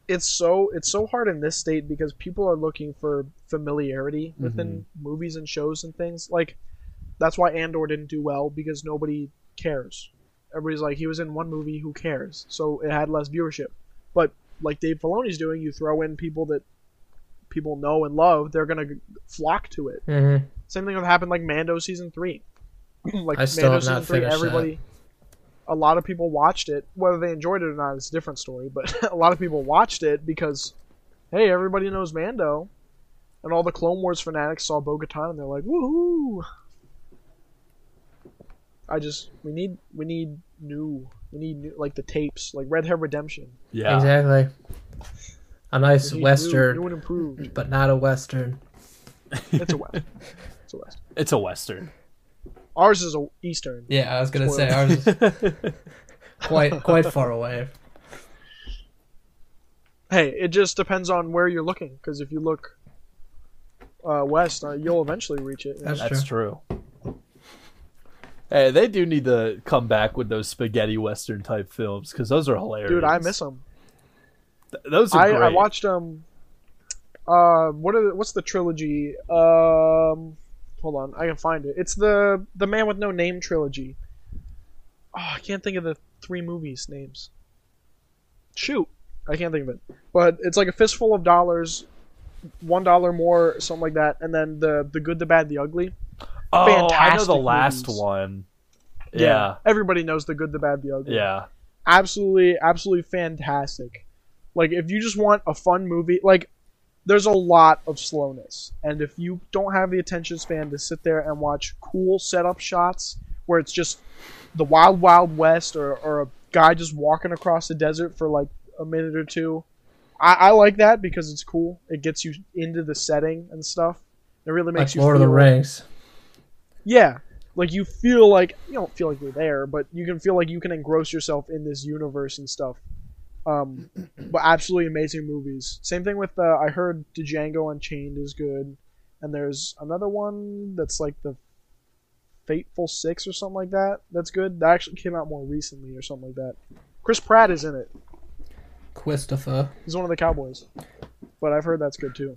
it's so it's so hard in this state because people are looking for familiarity within movies and shows and things. Like that's why Andor didn't do well because nobody cares. Everybody's like he was in one movie, who cares? So it had less viewership. But like Dave Filoni's doing, you throw in people that people know and love, they're gonna g- flock to it. Mm-hmm. Same thing that happened like Mando season three. like I still Mando have season not three, finished everybody. A lot of people watched it, whether they enjoyed it or not is a different story. But a lot of people watched it because, hey, everybody knows Mando, and all the Clone Wars fanatics saw Bo-Katan and they're like, woohoo! I just we need we need new we need new, like the tapes like Red Hair Redemption. Yeah, Exactly. A nice We need new- western, new, and improved. but not a western. It's a west. it's a west. it's a western. Ours is a eastern. Yeah, I was gonna say, say ours is quite quite far away. hey, it just depends on where you're looking. Because if you look uh, west, uh, you'll eventually reach it. you know? That's- That's true. Hey, they do need to come back with those spaghetti western type films because those are hilarious. Dude, I miss them. Th- those. Are I, great. I watched um, uh, what are the, what's the trilogy? Um, hold on, I can find it. It's the the Man with No Name trilogy. Oh, I can't think of the three movies names. Shoot, I can't think of it. But it's like a fistful of dollars, one dollar more, something like that, and then the the good, the bad, the ugly. Oh, I know fantastic the last movies. one. Yeah, everybody knows the good, the bad, the yeah, ugly. absolutely absolutely fantastic like if you just want a fun movie like there's a lot of slowness and if you don't have the attention span to sit there and watch cool setup shots where it's just the wild wild west or, or a guy just walking across the desert for like a minute or two i, I like that because it's cool it gets you into the setting and stuff it really makes Like you Lord of the feel- Rings. yeah. Like you feel like you don't feel like you're there, but you can feel like you can engross yourself in this universe and stuff. Um, but absolutely amazing movies. Same thing with uh, I heard Django Unchained is good, and there's another one that's like the Fateful Six or something like that. That's good. That actually came out more recently or something like that. Chris Pratt is in it. Christopher. He's one of the Cowboys. But I've heard that's good too.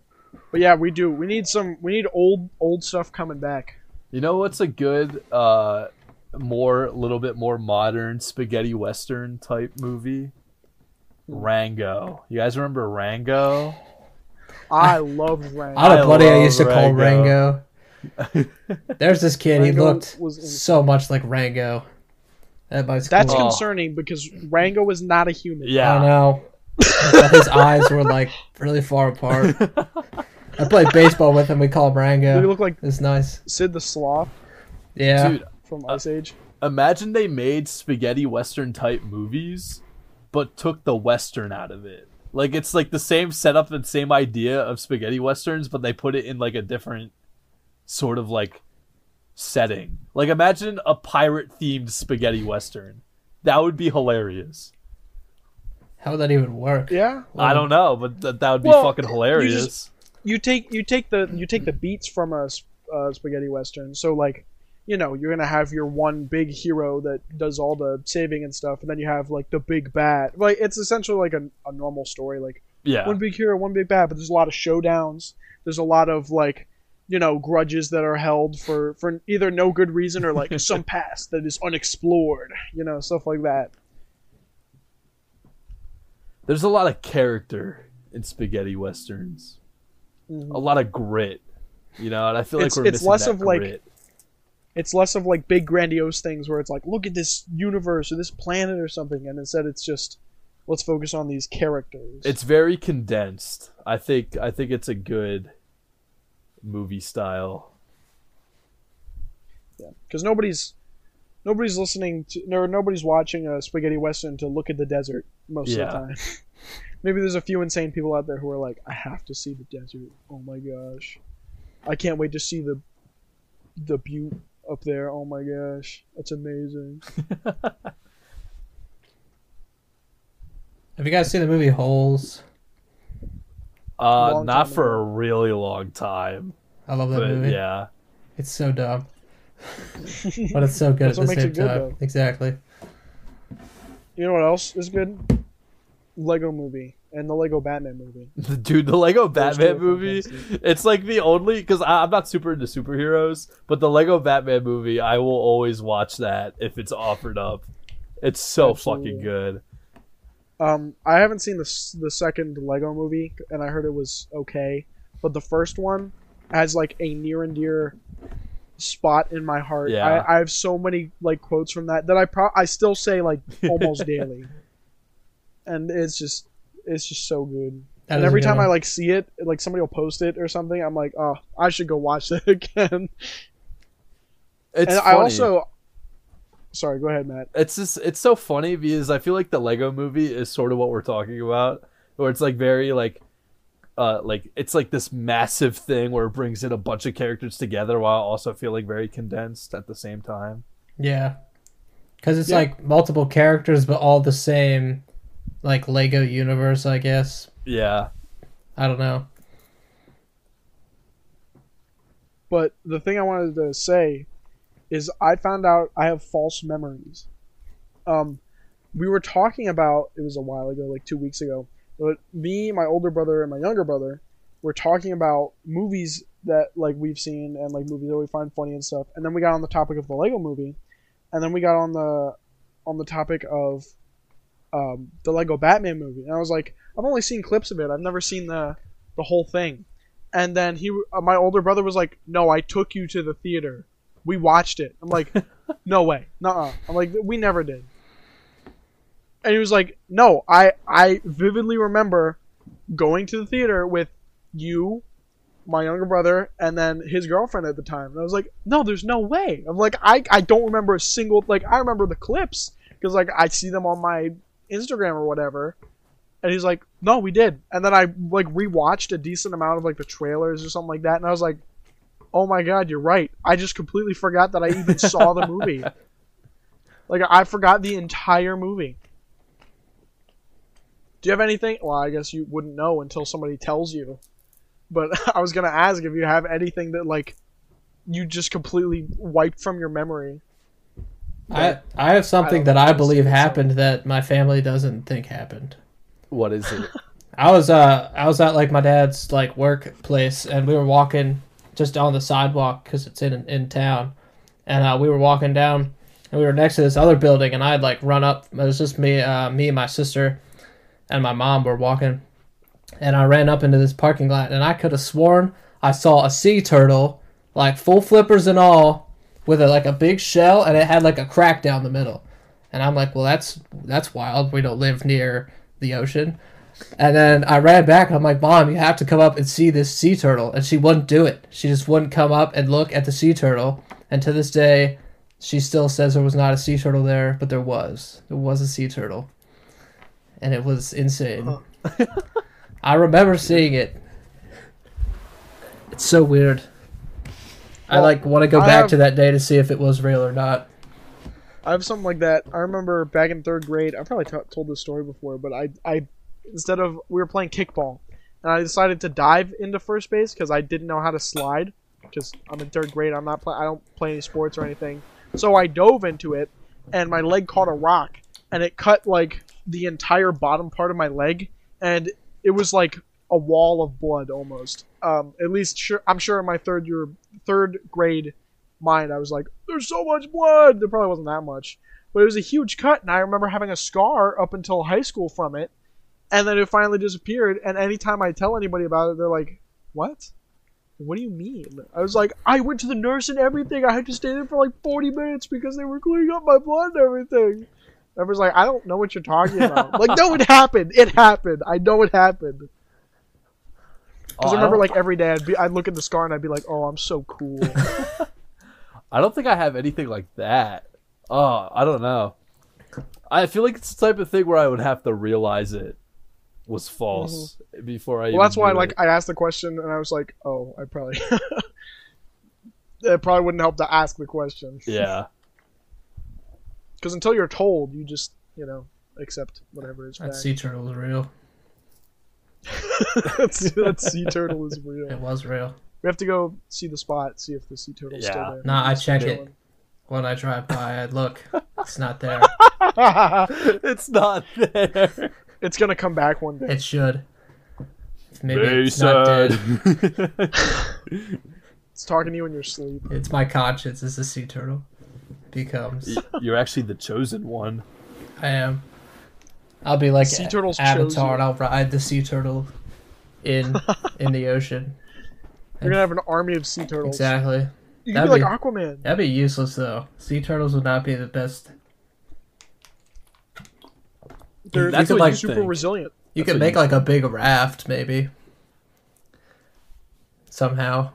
But yeah, we do. We need some. We need old old stuff coming back. You know what's a good, uh, more little bit more modern spaghetti western type movie? Rango. You guys remember Rango? I love Ryan. I I don't bloody I love used to call Rango. Rango. There's this kid, he Rango looked was insane. so much like Rango. At my school. That's Oh. concerning because Rango is not a I human. don't Yeah. know. I thought His eyes were like really far apart. I played baseball with him. We call him He Rango. looked like It's nice. Sid the Sloth Yeah. Dude, from Ice Age. imagine they made spaghetti western type movies but took the western out of it like it's like the same setup and same idea of spaghetti westerns but they put it in like a different sort of like setting like imagine a pirate themed spaghetti western that would be hilarious How would that even work? Yeah. I don't know, but th- that would be Well, fucking you hilarious. just- you take you take the you take the beats from a s- uh, spaghetti western. So like, you know, you're gonna have your one big hero that does all the saving and stuff, and then you have like the big bad. Like it's essentially like a, a normal story. Like yeah. one big hero, one big bad. But there's a lot of showdowns. There's a lot of like, you know, grudges that are held for for either no good reason or like some past that is unexplored. You know, stuff like that. There's a lot of character in spaghetti westerns. Mhm. A lot of grit. You know, and I feel like It's- we're it's missing less that of, like, grit. it's less of like big grandiose things where it's like look at this universe or this planet or something and instead it's just let's focus on these characters It's very condensed. I think I think it's a good movie style. because nobody's nobody's listening to no, nobody's watching a spaghetti western to look at the desert most Yeah. of the time maybe there's a few insane people out there who are like i have to see the desert oh my gosh i can't wait to see the the butte up there oh my gosh that's amazing Have you guys seen the movie Holes? Uh Long not time for a really long time. I love that But movie. yeah. It's so dumb. but it's so good That's at the what makes same it good, time. though. Exactly. you know what else is good lego movie and the lego batman movie Dude, the Lego Those two Batman are movie, fantastic. it's like the only cuz I'm not super into superheroes, but the Lego Batman movie, I will always watch that if it's offered up. It's so fucking Absolutely. good. Um, I haven't seen the s- the second Lego movie, and I heard it was okay, but the first one has like a near and dear spot in my heart. Yeah. I, I have so many like quotes from that that I pro- I still say like almost daily, and it's just it's just so good. That and is a every good time I one. like see it, like somebody will post it or something, I'm like, oh, I should go watch that again. It's and I funny. also, sorry, go ahead, Matt. it's just it's so funny because I feel like the Lego movie is sort of what we're talking about, where it's like very like uh like it's like this massive thing where it brings in a bunch of characters together while also feeling very condensed at the same time. Yeah. Because it's Yeah. like multiple characters, but all the same, like Lego universe, I guess. Yeah. I don't know. But the thing I wanted to say is I found out I have false memories. Um, we were talking about it was a while ago, like two weeks ago. But me, my older brother, and my younger brother were talking about movies that like we've seen and like movies that we find funny and stuff. And then we got on the topic of the Lego Movie, and then we got on the on the topic of um, the Lego Batman movie. And I was like, I've only seen clips of it. I've never seen the the whole thing. And then he, uh, my older brother, was like, "No, I took you to the theater. We watched it." I'm like, "No way, nuh-uh. I'm like, "We never did." And he was like, "No, I, I vividly remember going to the theater with you, my younger brother, and then his girlfriend at the time." And I was like, "No, there's no way." I'm like, "I, I don't remember a single like. I remember the clips because like I see them on my Instagram or whatever." And he's like, "No, we did." And then I like rewatched a decent amount of like the trailers or something like that, and I was like, "Oh my god, you're right. I just completely forgot that I even saw the movie. Like I forgot the entire movie." Do you have anything? Well, I guess you wouldn't know until somebody tells you. But I was gonna ask if you have anything that like you just completely wiped from your memory. I, I have something I don't that know I if I've believe seen happened that my family doesn't think happened. What is it? I was uh I was at like my dad's like workplace and we were walking just on the sidewalk because it's in in town, and uh, we were walking down and we were next to this other building and I'd like run up. It was just me, uh, me and my sister, and my mom were walking, and I ran up into this parking lot and I could have sworn I saw a sea turtle like full flippers and all with a, like a big shell and it had like a crack down the middle, and I'm like, well that's that's wild. We don't live near the ocean. And then I ran back and I'm like, Mom, you have to come up and see this sea turtle. And she wouldn't do it. She just wouldn't come up and look at the sea turtle. And to this day, she still says there was not a sea turtle there, but there was. There was a sea turtle. And it was insane. I remember seeing it. It's so weird. I Well, like want to go I back have- to that day to see if it was real or not. I have something like that. I remember back in third grade. I probably t- told this story before, but I, I instead of we were playing kickball, and I decided to dive into first base because I didn't know how to slide. Because I'm in third grade, I'm not play. I don't play any sports or anything. So I dove into it, and my leg caught a rock, and it cut like the entire bottom part of my leg, and it was like a wall of blood almost. Um, at least sure, I'm sure in my third year, third grade mind, I was like, "There's so much blood." There probably wasn't that much, but it was a huge cut, and I remember having a scar up until high school from it, and then it finally disappeared. And anytime I tell anybody about it, they're like, "What?" What do you mean? I was like, I went to the nurse and everything. I had to stay there for like 40 minutes because they were cleaning up my blood and everything. Everyone's like, I don't know what you're talking about. like, no, it happened. It happened. I know it happened. Because Oh, I remember, don't- like every day, I'd be, I'd look at the scar and I'd be like, "Oh, I'm so cool." I don't think I have anything like that. Oh, I don't know. I feel like it's the type of thing where I would have to realize it was false before I. Mm-hmm. well, that's even why, do like, it. I asked the question and I was like, "Oh, I probably." it probably wouldn't help to ask the question Yeah, because until you're told, you just you know accept whatever is That fact. sea turtle is real. That's- that sea turtle is It real. was real. We have to go see the spot, see if the sea turtle's Yeah. still there. Nah, I check it Chilling. when I drive by. I look. It's not there. it's not there. it's gonna come back one day. It should. Maybe it's not dead. It's talking to you in your sleep. It's my conscience. It's a sea turtle. Becomes. You're actually the chosen one. I am. I'll be like Sea a- turtles chose you. Avatar, and I'll ride the sea turtle in in the ocean. You're gonna have an army of sea turtles. Exactly. You can be like That'd Aquaman. That'd be useless though. Sea turtles would not be the best. They're, That's they're what you super think. resilient. You That's could what make you like a big raft, maybe. Somehow.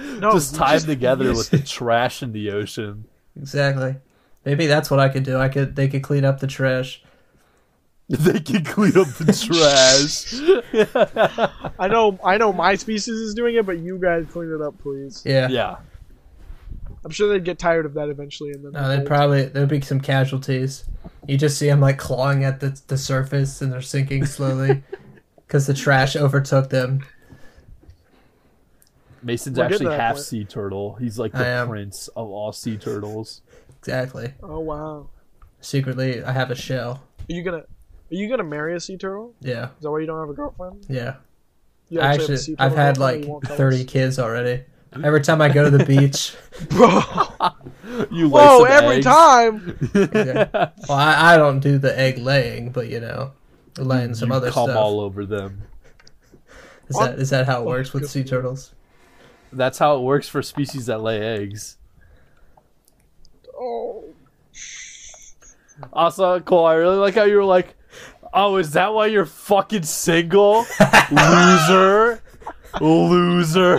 No, just Oh, you tied together you with the trash in the ocean. Exactly. Maybe that's what I could do. I could. They could clean up the trash. They can clean up the trash. I know, I know, my species is doing it, but you guys clean it up, please. Yeah. yeah, I'm sure they'd get tired of that eventually, and then No, they'd probably there'd be some casualties. You just see them like clawing at the the surface, and they're sinking slowly because the trash overtook them. Mason's We're getting to actually that half point. sea turtle. He's like I the am. prince of all sea turtles. Exactly. Oh wow, Secretly, I have a shell. are you gonna, are you gonna marry a sea turtle? Yeah, Is that why you don't have a girlfriend? yeah. You I have a actually, sea turtle I've had girlfriend or like you won't tell thirty kids already. Every time I go to the beach, us? Bro, You lay whoa, some every eggs. time. Yeah. well, I, I don't do the egg laying, but you know, laying some you other come stuff. all over them. Is that is that how it works with Oh, good sea for you. turtles? That's how it works for species that lay eggs. Oh, Also, Cole, I really like how you were like, "Oh, is that why you're fucking single, loser, loser?"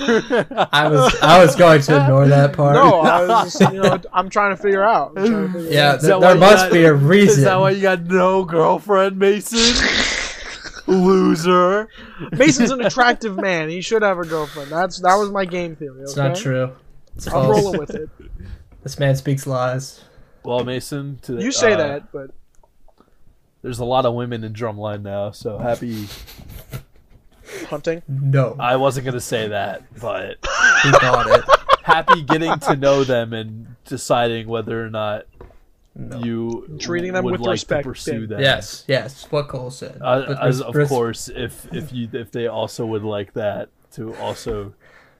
I was I was going to ignore that part. no, I was just, you know, I'm trying to figure out. I'm trying to figure yeah, that th- why there you must got- be a reason. is that why you got no girlfriend, Mason? loser. out. Mason's an attractive man. He should have a girlfriend. That's that was my game theory. It's okay? not true. Oh. It's I'm false. rolling with it. This man speaks lies. Well, Mason, to, You say uh, that, but There's a lot of women in drumline now, so happy. hunting. No, I wasn't gonna say that, but he thought it. happy getting to know them and deciding whether or not you Treating them would with like respect, to pursue yeah. them. Yes, yes. What Cole said. Uh, With as res- of res- course, if if you if they also would like that to also,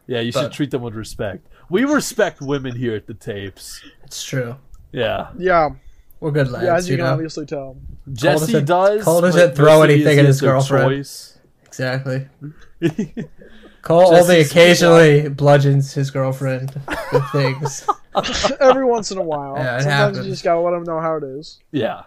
yeah, you should But- treat them with respect. We respect women here at the tapes. it's true. Yeah, Yeah, We're good lads. yeah, as you, you can know obviously tell. Jesse doesn't- does. Cole but doesn't throw mostly anything it's at his their girlfriend. choice. exactly. Cole Just only his- occasionally bludgeons his girlfriend with things. Every once in a while, Yeah, it sometimes happens. you just gotta let them know how it is. yeah,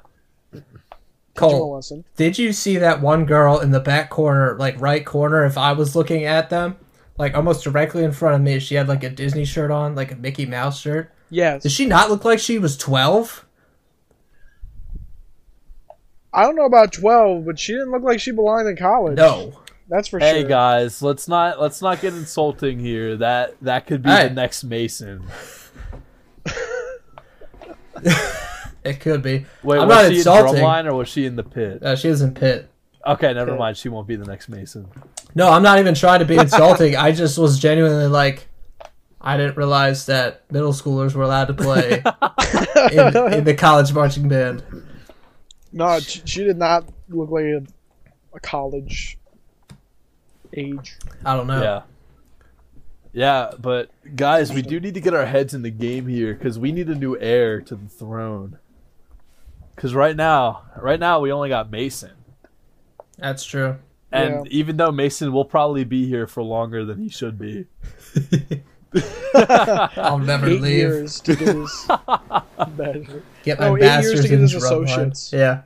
Teach 'em a Cole, lesson. did you see that one girl in the back corner, like right corner? If I was looking at them, like almost directly in front of me, she had like a Disney shirt on, like a Mickey Mouse shirt. Yes, Did she not look like she was twelve? I don't know about twelve, but she didn't look like she belonged in college. No. that's for hey sure. guys, let's not let's not get insulting here. That that could be Hey. the next Mason. It could be. Wait, I'm was not she insulting. in drumline or was she in the pit? Uh, she was in pit. Okay, never Okay. mind. She won't be the next Mason. No, I'm not even trying to be insulting. I just was genuinely like, I didn't realize that middle schoolers were allowed to play in, in the college marching band. No, she, she did not look like a, a college age. I don't know. Yeah. Yeah, but guys, we do need to get our heads in the game here because we need a new heir to the throne. Because right now, right now we only got Mason, That's true. and even though Mason will probably be here for longer than he should be, I'll never Eight leave. years to get his badge. Get my No, eight years bastards to get in his drum line. associates. Yeah.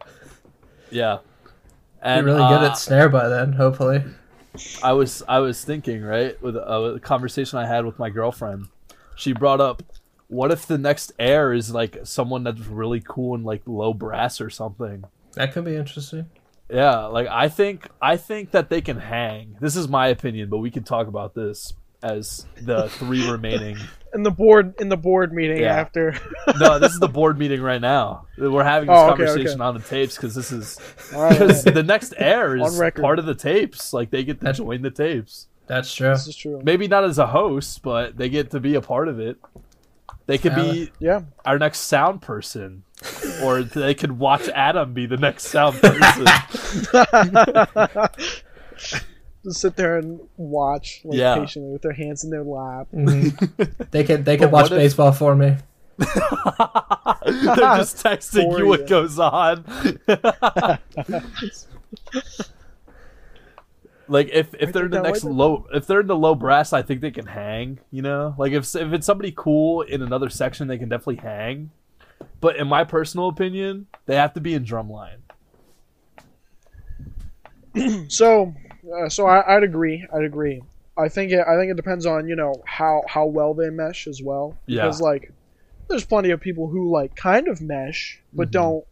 yeah. Be And really uh, good at snare by then, hopefully. I was I was thinking right with a, a conversation I had with my girlfriend. She brought up, "What if the next heir is like someone that's really cool and like low brass or something?" That could be interesting. Yeah, like I think I think that they can hang. This is my opinion, but we can talk about this as the three remaining. In the board in the board meeting Yeah. after. No, this is the board meeting right now. We're having this Oh, okay, conversation okay. on the tapes because this is All right, because this the next heir On is record. part of the tapes. Like they get to That- join the tapes. That's true. is true. Maybe not as a host, but they get to be a part of it. They could be Yeah, our next sound person, or they could watch Adam be the next sound person. just sit there and watch like, Yeah. patiently with their hands in their lap. Mhm. they could they could watch But what if- baseball for me. They're just texting For you what you. goes on. like if if they're in the that way next then? low if they're in the low brass, I think they can hang. You know, like if if it's somebody cool in another section, they can definitely hang. But in my personal opinion, they have to be in drumline. So, uh, so I, I'd agree. I'd agree. I think it. I think it depends on you know how how well they mesh as well. Yeah. Because like, there's plenty of people who like kind of mesh but Mhm. don't,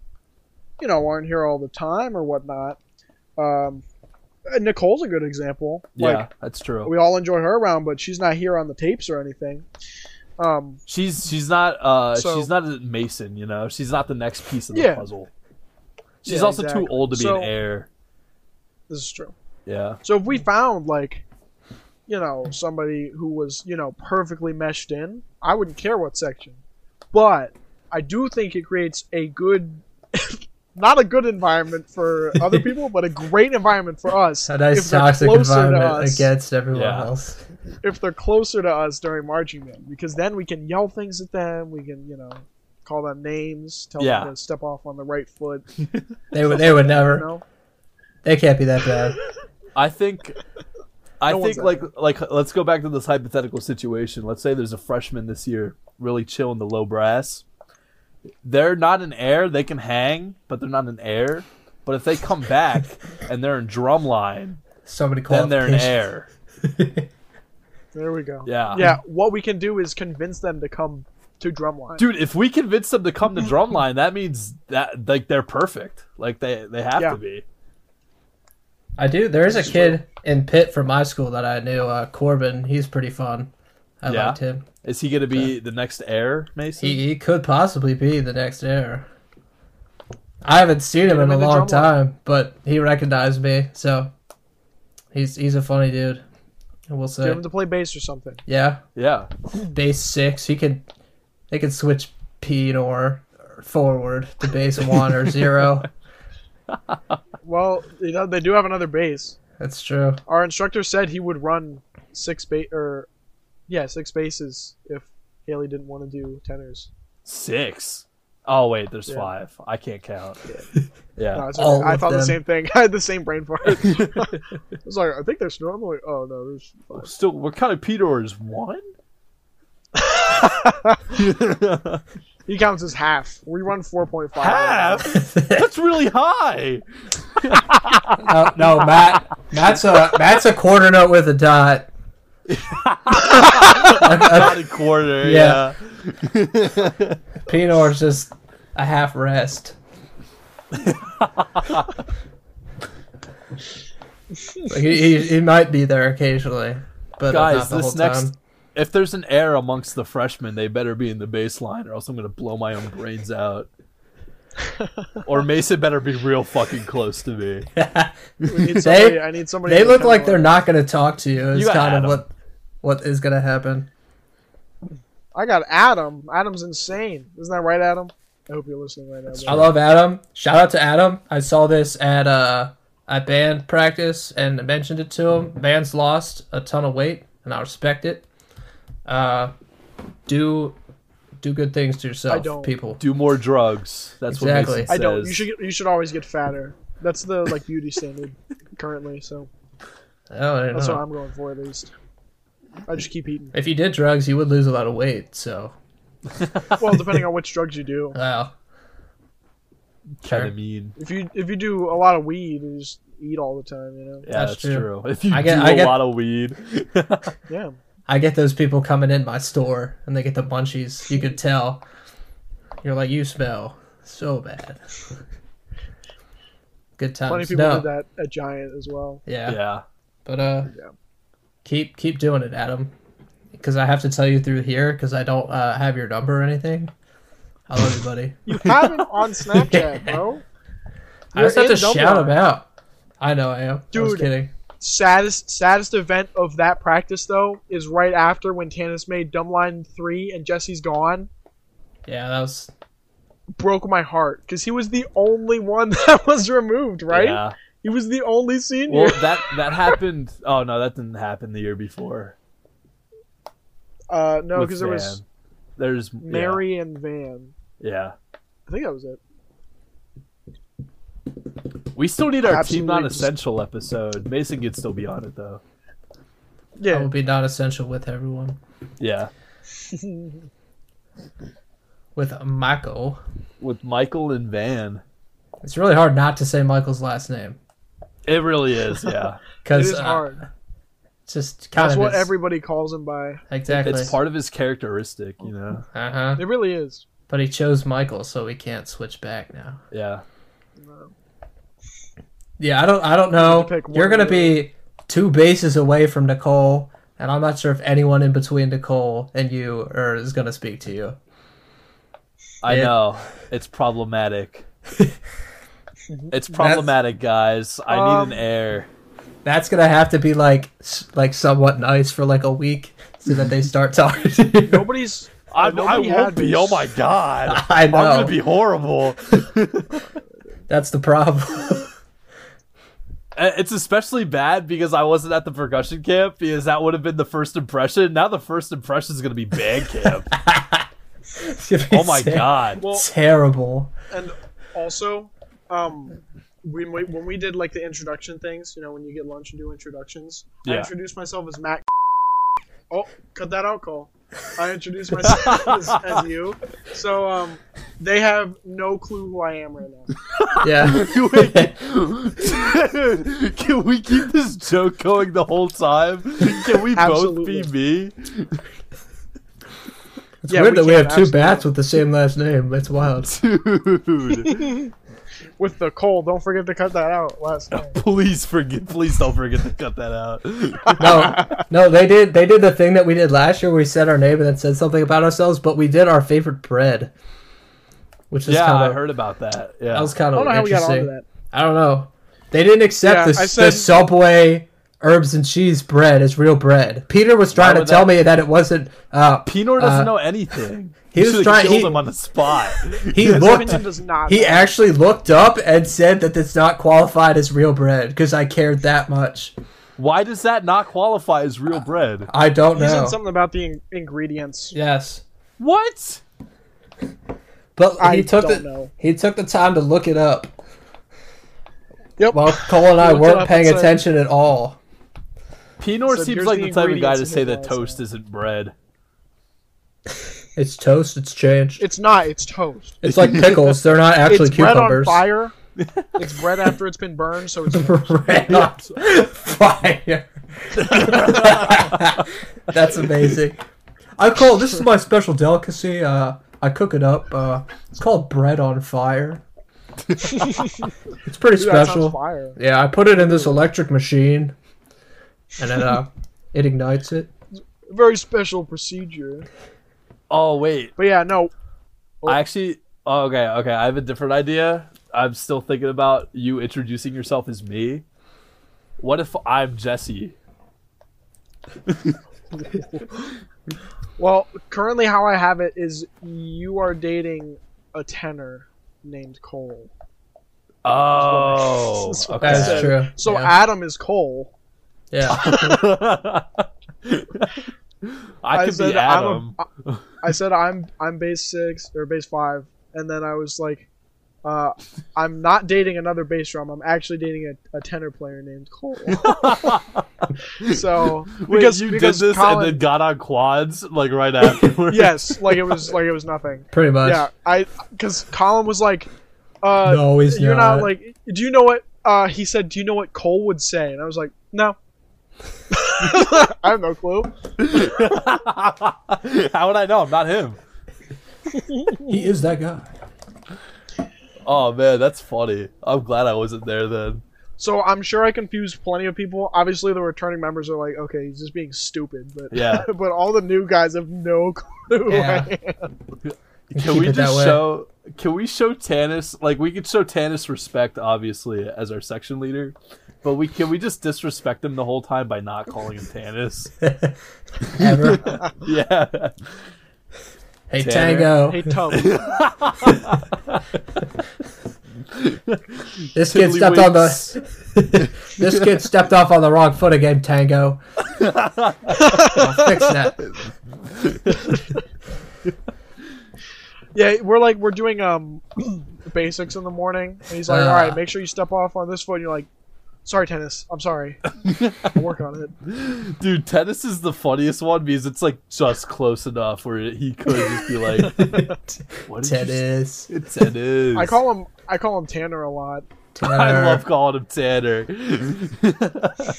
you know, aren't here all the time or whatnot. Um, and Nicole's a good example. yeah, Like, that's true. we all enjoy her around, but she's not here on the tapes or anything. Um, She's she's not uh So- she's not a Mason. You know, she's not the next piece of the Yeah. puzzle. She's Yeah, also exactly. too old to be So- an heir. this is true. Yeah, So if we found like, you know, somebody who was you know perfectly meshed in, I wouldn't care what section. But I do think it creates a good, not a good environment for other people, but a great environment for us. A nice if they're toxic closer to environment us- against everyone Yeah. else. If they're closer to us during marching band, because then we can yell things at them. We can you know call them names, tell Yeah. them to step off on the right foot. They would they would You never know, they can't be that bad. I think. I No one's think like like let's go back to this hypothetical situation. Let's say there's a freshman this year, really chill in the low brass. They're not an heir; they can hang, but they're not an heir. But if they come back and they're in drumline, Somebody then called they're an heir. there we go. Yeah. Yeah. What we can do is convince them to come to drumline. dude. If we convince them to come to drumline, that means that like they're perfect. Like they they have Yeah. to be. I do. There is a kid in Pitt from my school that I knew, uh, Corbin. He's pretty fun. I Yeah. liked him. Is he gonna be the next heir, Mason? He, he could possibly be the next heir. I haven't seen him in Get him a in the long drumline. time, but he recognized me, so he's he's a funny dude. I will Get say, them to play bass or something. yeah, yeah, base six. He could they could switch P or forward to base one or zero. Well, you know they do have another base. That's true. Our instructor said he would run six base or yeah, six bases if Haley didn't want to do tenors. six. Oh wait, there's Yeah. five. I can't count. No, Yeah, it's All okay. I of thought the them. same thing. I had the same brain fart. I was like, I think there's normally. Oh no, there's. still, what kind of Peter is one? He counts as half. We run four point five. Half? That's really high. No, Oh, no, Matt. Matt's a Matt's a quarter note with a dot. Not a quarter. Yeah. Yeah. Pinot is just a half rest. like he, he, he might be there occasionally, but Guys, not the this whole next time. if there's an error amongst the freshmen, they better be in the baseline, or else I'm gonna blow my own brains out. or Mason better be real fucking close to me. We need somebody, They- I need somebody. They to look kinda like they're not going to talk to you. Is got kind of Adam. what what is going to happen. I got Adam. Adam's insane. Isn't that right, Adam? I hope you're listening right now. I bro. love Adam. Shout out to Adam. I saw this at uh at band practice and mentioned it to him. Band's lost a ton of weight, and I respect it. Uh, do do good things to yourself, I don't. people. Do more drugs. That's Exactly. what Mason I says. don't. You should. You should always get fatter. That's the like beauty standard currently. So Oh, I don't that's what know. I'm going for at least. I just keep eating. If you did drugs, you would lose a lot of weight. So, Well, depending on which drugs you do. wow. Kind of mean. If you if you do a lot of weed, you just eat all the time. You know. Yeah, That's that's, true. true. If you I get- do I a get- lot of weed, Yeah. I get those people coming in my store and they get the munchies. You could tell. You're like, you smell so bad. Good times. Plenty of people no. did that at Giant as well. Yeah. yeah, But uh, Yeah. keep keep doing it, Adam. Because I have to tell you through here because I don't uh, have your number or anything. I love you, buddy. You have him on Snapchat, bro. I just You're have to in Dublin. shout him out. I know I am. I was Dude. kidding. Saddest saddest event of that practice though is right after when Tannis made dumb line three and Jesse's gone. Yeah, that was Broke my heart because he was the only one that was removed. Right. Yeah. He was the only senior. Well, that that happened. Oh no, that didn't happen the year before. uh, no, with because there was Van. there's yeah, Mary and Van. Yeah, I think that was it. we still need our Absolutely team non-essential episode. Mason could still be on it though. I Yeah. will be not essential with everyone Yeah, with Michael. with Michael and Van, It's really hard not to say Michael's last name it really is. Yeah, It because is hard. just kind That's of what is- everybody calls him by. exactly. it's part of his characteristic. You know. Uh huh. It really is. But he chose Michael, so we can't switch back now. Yeah, Yeah, I don't. I don't know. Pick one You're gonna or the be two bases away from Nicole, and I'm not sure if anyone in between Nicole and you or is gonna speak to you. I Yeah. know it's problematic. it's problematic, guys. I Um, need an heir. That's gonna have to be like s- like somewhat nice for like a week, so that they start talking to you. Nobody's. I, I nobody had won't be. these. Oh my god. I know. I'm gonna be horrible. That's the problem. Uh, It's especially bad because I wasn't at the percussion camp because that would have been the first impression. Now the first impression is going to be band camp. It's gonna be oh my ter- god. Well, Terrible. and also, um, when we when we did like the introduction things, you know, when you get lunch and do introductions, I Yeah. introduced myself as Mac. Oh, cut that out, Cole. I introduced myself as, as you. So, um, they have no clue who I am right now. Yeah. Dude, can we keep this joke going the whole time? Can we both be me? It's Yeah, weird we that we can't have two ask them. bats with the same last name. That's wild. Dude, With the Cole, don't forget to cut that out last night. please forget. Please don't forget to cut that out. no, no, they did. They did the thing that we did last year. Where we said our name and then said something about ourselves, but we did our favorite bread, which is yeah, kind I of heard about that. that Yeah, was kind I of don't know how we got Oh, interesting. onto that. I don't know. They didn't accept Yeah, the, I the said- Subway herbs and cheese bread as real bread. Peter was trying to would tell that- me that it wasn't. Uh, Pinor doesn't Uh, know anything. he You was should've trying- Killed he- him on the spot. he looked. Vincent does not. He actually looked up and said that it's not qualified as real bread because I cared that much. Why does that not qualify as real bread? I don't He said know. something about the in- ingredients. Yes, What? but I he took don't the know. he took the time to look it up. Yep. Well, Cole and I looked it weren't up paying and said- attention at all. Pinor So seems here's like the the type of guy ingredients to in say your that plasma. toast isn't bread. It's toast. It's changed. It's, it's not. It's toast. like pickles. They're not actually It's bread on cucumbers. fire. It's bread after it's been burned, so it's Bread on fire. That's amazing. I call this is my special delicacy. Uh, I cook it up. Uh, it's called bread on fire. it's pretty Dude, that sounds special. fire. Yeah, I put it in this electric machine, and then uh, it ignites it. very special procedure. Oh wait, But yeah, no, I actually. Oh, okay, okay. I have a different idea. I'm still thinking about you introducing yourself as me. What if I'm Jesse? Well, currently how I have it is you are dating a tenor named Cole. Oh, That's what That I okay. is said. true. So yeah. Adam is Cole. yeah. I could be Adam. I'm a, I said I'm I'm base six or base five, and then I was like, uh, I'm not dating another bass drum. I'm actually dating a, a tenor player named Cole. so Wait, because you because did this Colin, and then got on quads like right afterwards. yes, like it was like it was nothing. Pretty much. Yeah, I because Colin was like, uh, no, he's you're not. not like do you know what uh he said do you know what cole would say and i was like no i have no clue How would I know? I'm not him. he is that guy. Oh man, that's funny. I'm glad I wasn't there then. so i'm sure i confused plenty of people obviously the returning members are like okay he's just being stupid but Yeah. but all the new guys have no clue who I Yeah. am. Can Keep we it that just way. show? Can we show Tanis? Like we could show Tanis respect, obviously, as our section leader, but we can we just disrespect him the whole time by not calling him Tanis? Ever. yeah. hey, Tango. Tanner. hey tub this kid stepped on the. this kid stepped off on the wrong foot again, Tango. I'll fix that. yeah we're like we're doing um basics in the morning and he's like all Uh. right make sure you step off on this foot and you're like sorry tennis i'm sorry i'll work on it Dude, tennis is the funniest one because it's like just close enough where he could just be like, "What did you Tennis. say? Tennis." i call him i call him tanner a lot Tanner. I love calling him Tanner.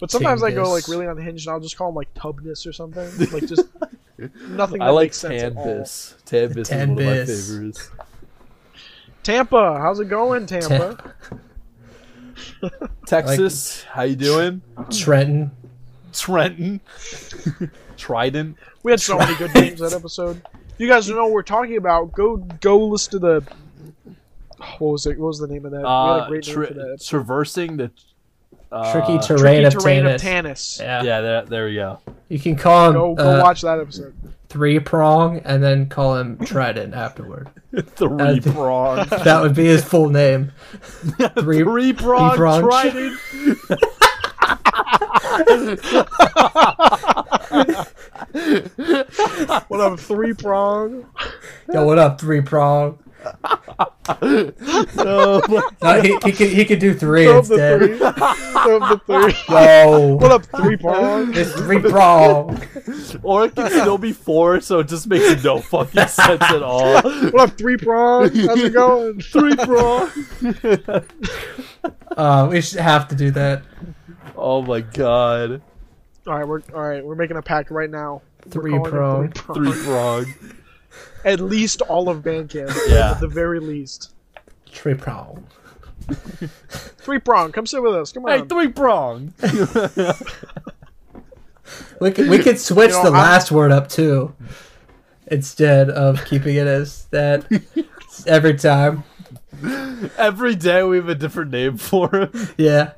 But sometimes I go Tubness. like really unhinged, and I'll just call him like Tubness or something. Like just nothing. That I like makes sense at all. Tanbis. Tanbis is one of my Tanbis. favorites. Tampa, how's it going, Tampa? Texas, how you doing? Trenton. Trenton, Trident. we had so many good names that episode. If you guys know what we're talking about. Go go listen to the. What was it? What was the name of that? we had Uh, a great name tra- for that. traversing the uh, Tricky terrain of Terrain tennis. Tanis. Yeah. Yeah, there, there we go. You can call him Go go uh, watch that episode. three prong and then call him Trident afterward. Three prong, That would be his full name. Three, three prong, prong. Trident. What up, three prong? Yo, what up, three prong? Oh my No, he, he could he could do three What up the instead. three? What up the three? What Yo, up, three prong? it's three prong. Or it can still be four, so it just makes no fucking sense at all. What up, three prong? How's it going? Three prong. Uh, we should have to do that. Oh my god. All right, we're all right. We're making a pact right now. We're Three calling it prong. three Three prong. Um, At least all of Bandcamp. Yeah. At the very least. Three prong. Three prong. Come sit with us. Come on. Hey, three prong! We could, we could switch You know, the I'm- last word up too, instead of keeping it as that every time. Every day we have a different name for him. Yeah.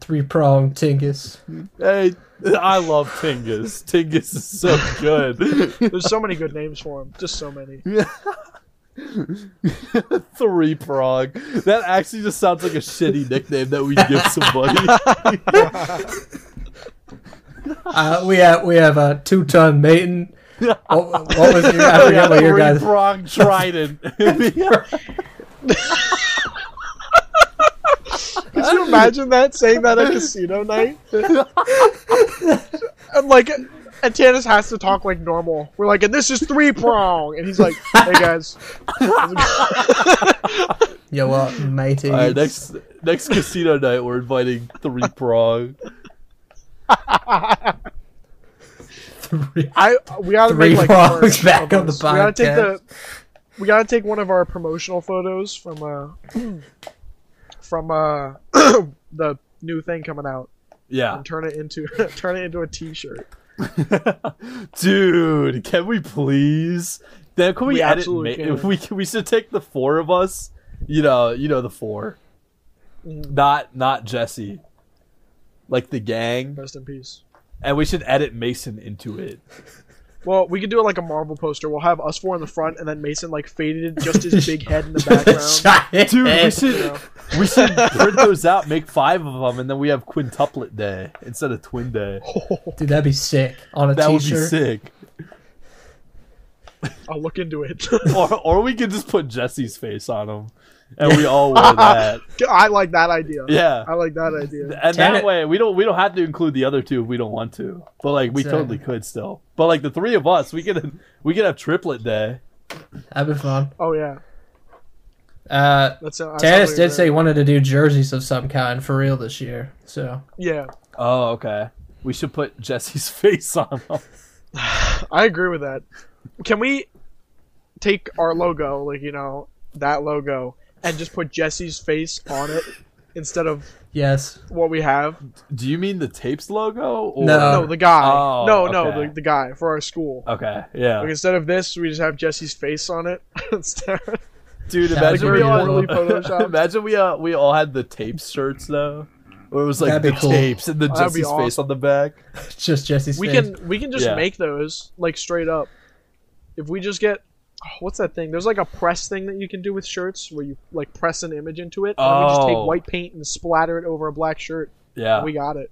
Three prong tingus. Hey, I love Tingus. Tingus is so good. There's so many good names for him. Just so many. Three prong. That actually just sounds like a shitty nickname that we give somebody. Uh, we have we have a two ton maiden. What, what was your, I forget what your Three guys. prong trident. Could you imagine that saying that at casino night? and like, and Tannis has to talk like normal. We're like, and this is three prong, and he's like, hey guys. Yo up, matey. All right, next next casino night, we're inviting Three Prong. Three- I we gotta Three make like prongs merch back of on the us. We gotta take podcast. the. We gotta take one of our promotional photos from uh, from uh, the new thing coming out. Yeah. and turn it into turn it into a T-shirt. Dude, can we please? Then can we, We edit? absolutely Ma- can. If we can- we should take the four of us. You know, you know the four. Mhm. Not not Jesse, like the gang, Rest in peace. and we should edit Mason into it. Well, we could do it like a Marvel poster. We'll have us four in the front, and then Mason like faded just his big head in the background. Dude, we Giant should we should print those out, make five of them, and then we have quintuplet day instead of twin day. Dude, that'd be sick on a That would be shirt sick. I'll look into it. Or or we could just put Jesse's face on them, and we all wear that. I like that idea. Yeah. I like that idea. and Damn that it. way we don't we don't have to include the other two if we don't want to but like we Exactly. totally could still but like the three of us we could we could have triplet day That'd be fun. Oh yeah, Uh, that's. that sounds Tannis like a did good say he idea. wanted to do jerseys of some kind for real this year. So Yeah, oh okay we should put jesse's face on them. I agree with that. Can we take our logo, like you know that logo, and just put Jesse's face on it instead of yes, what we have? do you mean the tapes logo or No. No, the guy. Oh, no, no, okay. the, the guy for our school. okay yeah Like, instead of this, we just have Jesse's face on it. instead. dude That imagine would we be all totally Photoshopped. imagine we uh we all had the tape shirts though where it was like That'd the be cool. tapes and the That'd be jesse's face on the back it's just Jesse's we face. can we can just Yeah. make those like straight up. If we just get oh, what's that thing? There's like a press thing that you can do with shirts where you like press an image into it, and then we just Oh. take white paint and splatter it over a black shirt. yeah We got it.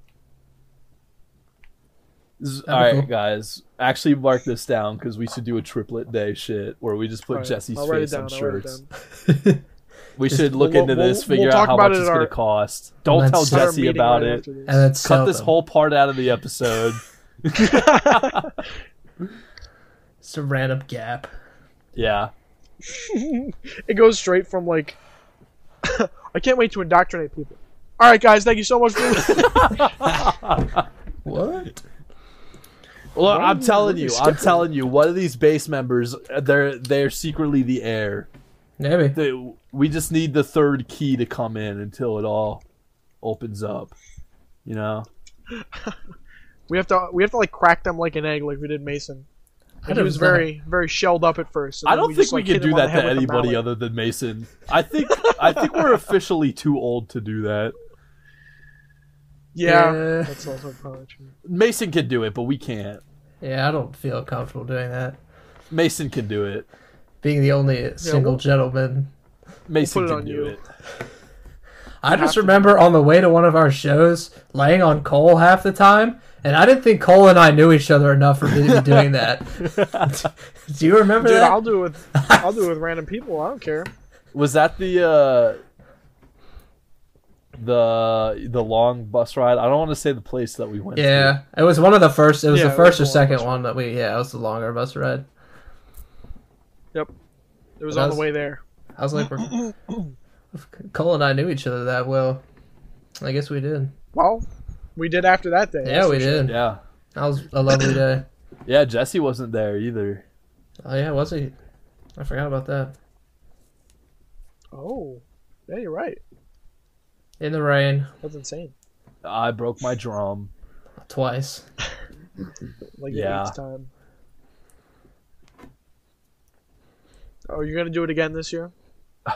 Z- That'd All be right, cool. guys. Actually, mark this down because we should do a triplet day shit where we just put All right, Jesse's I'll write it face on down, I'll write it shirts. down. We should look We'll- into we'll- this, we'll figure out talk how about much it it's at going our- to cost. Don't Let's tell start Our Jesse meeting about right it. after this. and then Cut this whole part out of the episode. It's a random gap. yeah. It goes straight from like I can't wait to indoctrinate people. All right, guys, thank you so much for listening. What? Well, I'm you telling really you, I'm scared? telling you, one of these base members, uh, they're they're secretly the heir. Maybe. They, we just need the third key to come in until it all opens up. You know, we have to we have to like crack them like an egg, like we did Mason. I he was don't know. very very shelled up at first. and I then don't just, think we like, could hit him do on the that head to with a anybody mallet. other than Mason. I think I think we're officially too old to do that. Yeah, Yeah. that's also probably true. Mason can do it, but we can't. Yeah, I don't feel comfortable doing that. Mason can do it. Being the only single well- gentleman. Mason We'll put it can on do you. it. I just have to- remember on the way to one of our shows laying on Cole half the time, and I didn't think Cole and I knew each other enough for me to be doing that. do you remember Dude, that? I'll do it with I'll do it with random people. I don't care. Was that the uh, the the long bus ride? I don't want to say the place that we went. to. Yeah, it was one of the first. It was Yeah, the it first or was the longer second bus one that we. Yeah, it was the longer bus ride. It was That on the was- way there. I was like, we're, if Cole and I knew each other that well. I guess we did. Well, we did after that day. Yeah, we did. yeah, That was a lovely day. yeah. Jesse wasn't there either. Oh yeah, was he? I forgot about that. Oh, yeah, you're right. In the rain That's insane. I broke my drum. twice. Like yeah. Yeah. eighth time. Oh, you're gonna do it again this year?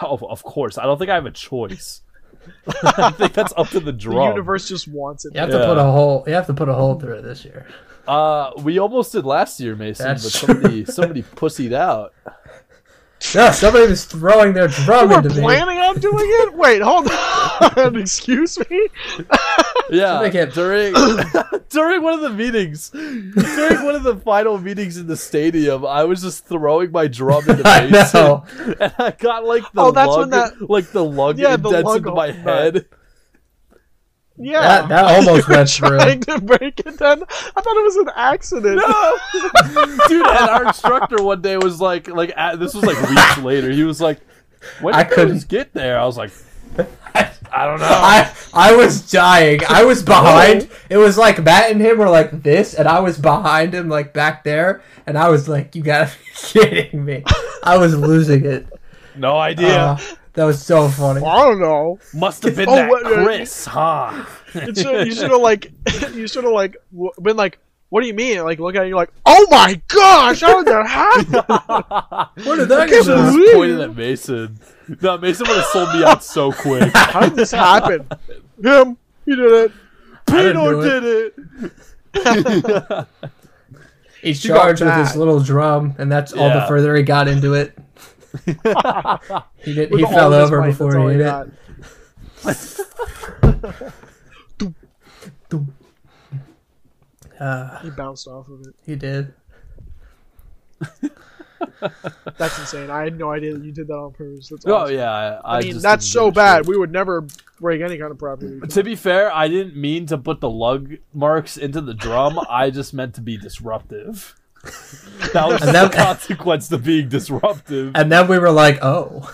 Oh, of course. I don't think I have a choice. I think that's up to The the drum. universe just wants it. You have Yeah. to put a hole. You have to put a hole through it this year. Uh, we almost did last year, Mason, That's but true. somebody somebody pussied out. No, somebody was throwing their drum We're into me. planning on doing it. Wait, hold on. Excuse me. Yeah, Somebody kept- during during one of the meetings, during one of the final meetings in the stadium, I was just throwing my drum into I Mason, know. and I got like the Oh, that's lug, when that- like the lug Yeah, the indents lug into my opened up. head. Yeah. That that almost We're went through. trying to break it. Then I thought it was an accident. Dude, and our instructor one day was like, like at, this was like weeks later. He was like, "When did I those couldn't- get there?" I was like, "I don't know." I I was dying. I was behind. It was like Matt and him were like this, and I was behind him, like back there, and I was like, "You gotta be kidding me!" I was losing it. No idea. Uh, That was so funny. I don't know. Must have been Oh, that what- Chris, huh? It should, you should have like, you should have like w- been like, what do you mean? Like, look at it, you're like, oh my gosh, how did that happen? What did that can't get? Should have from? believe- just pointed at Mason. No, Mason would have sold me out so quick. How did this happen? Him, he did it. didn't Pino do it. did it. He's got charged with his that. little drum, and that's all the Yeah. further he got into it. he did, he With all fell of his over might, before that's all he hit it. got. Uh, He bounced off of it. he did. That's insane. I had no idea that you did that on purpose. That's Oh awesome. yeah, I, I, I mean, just that's didn't so give a bad. shit. We would never break any kind of property. To be fair, I didn't mean to put the lug marks into the drum. I just meant to be disruptive. That was And that- the consequence to being disruptive. And then we were like, oh,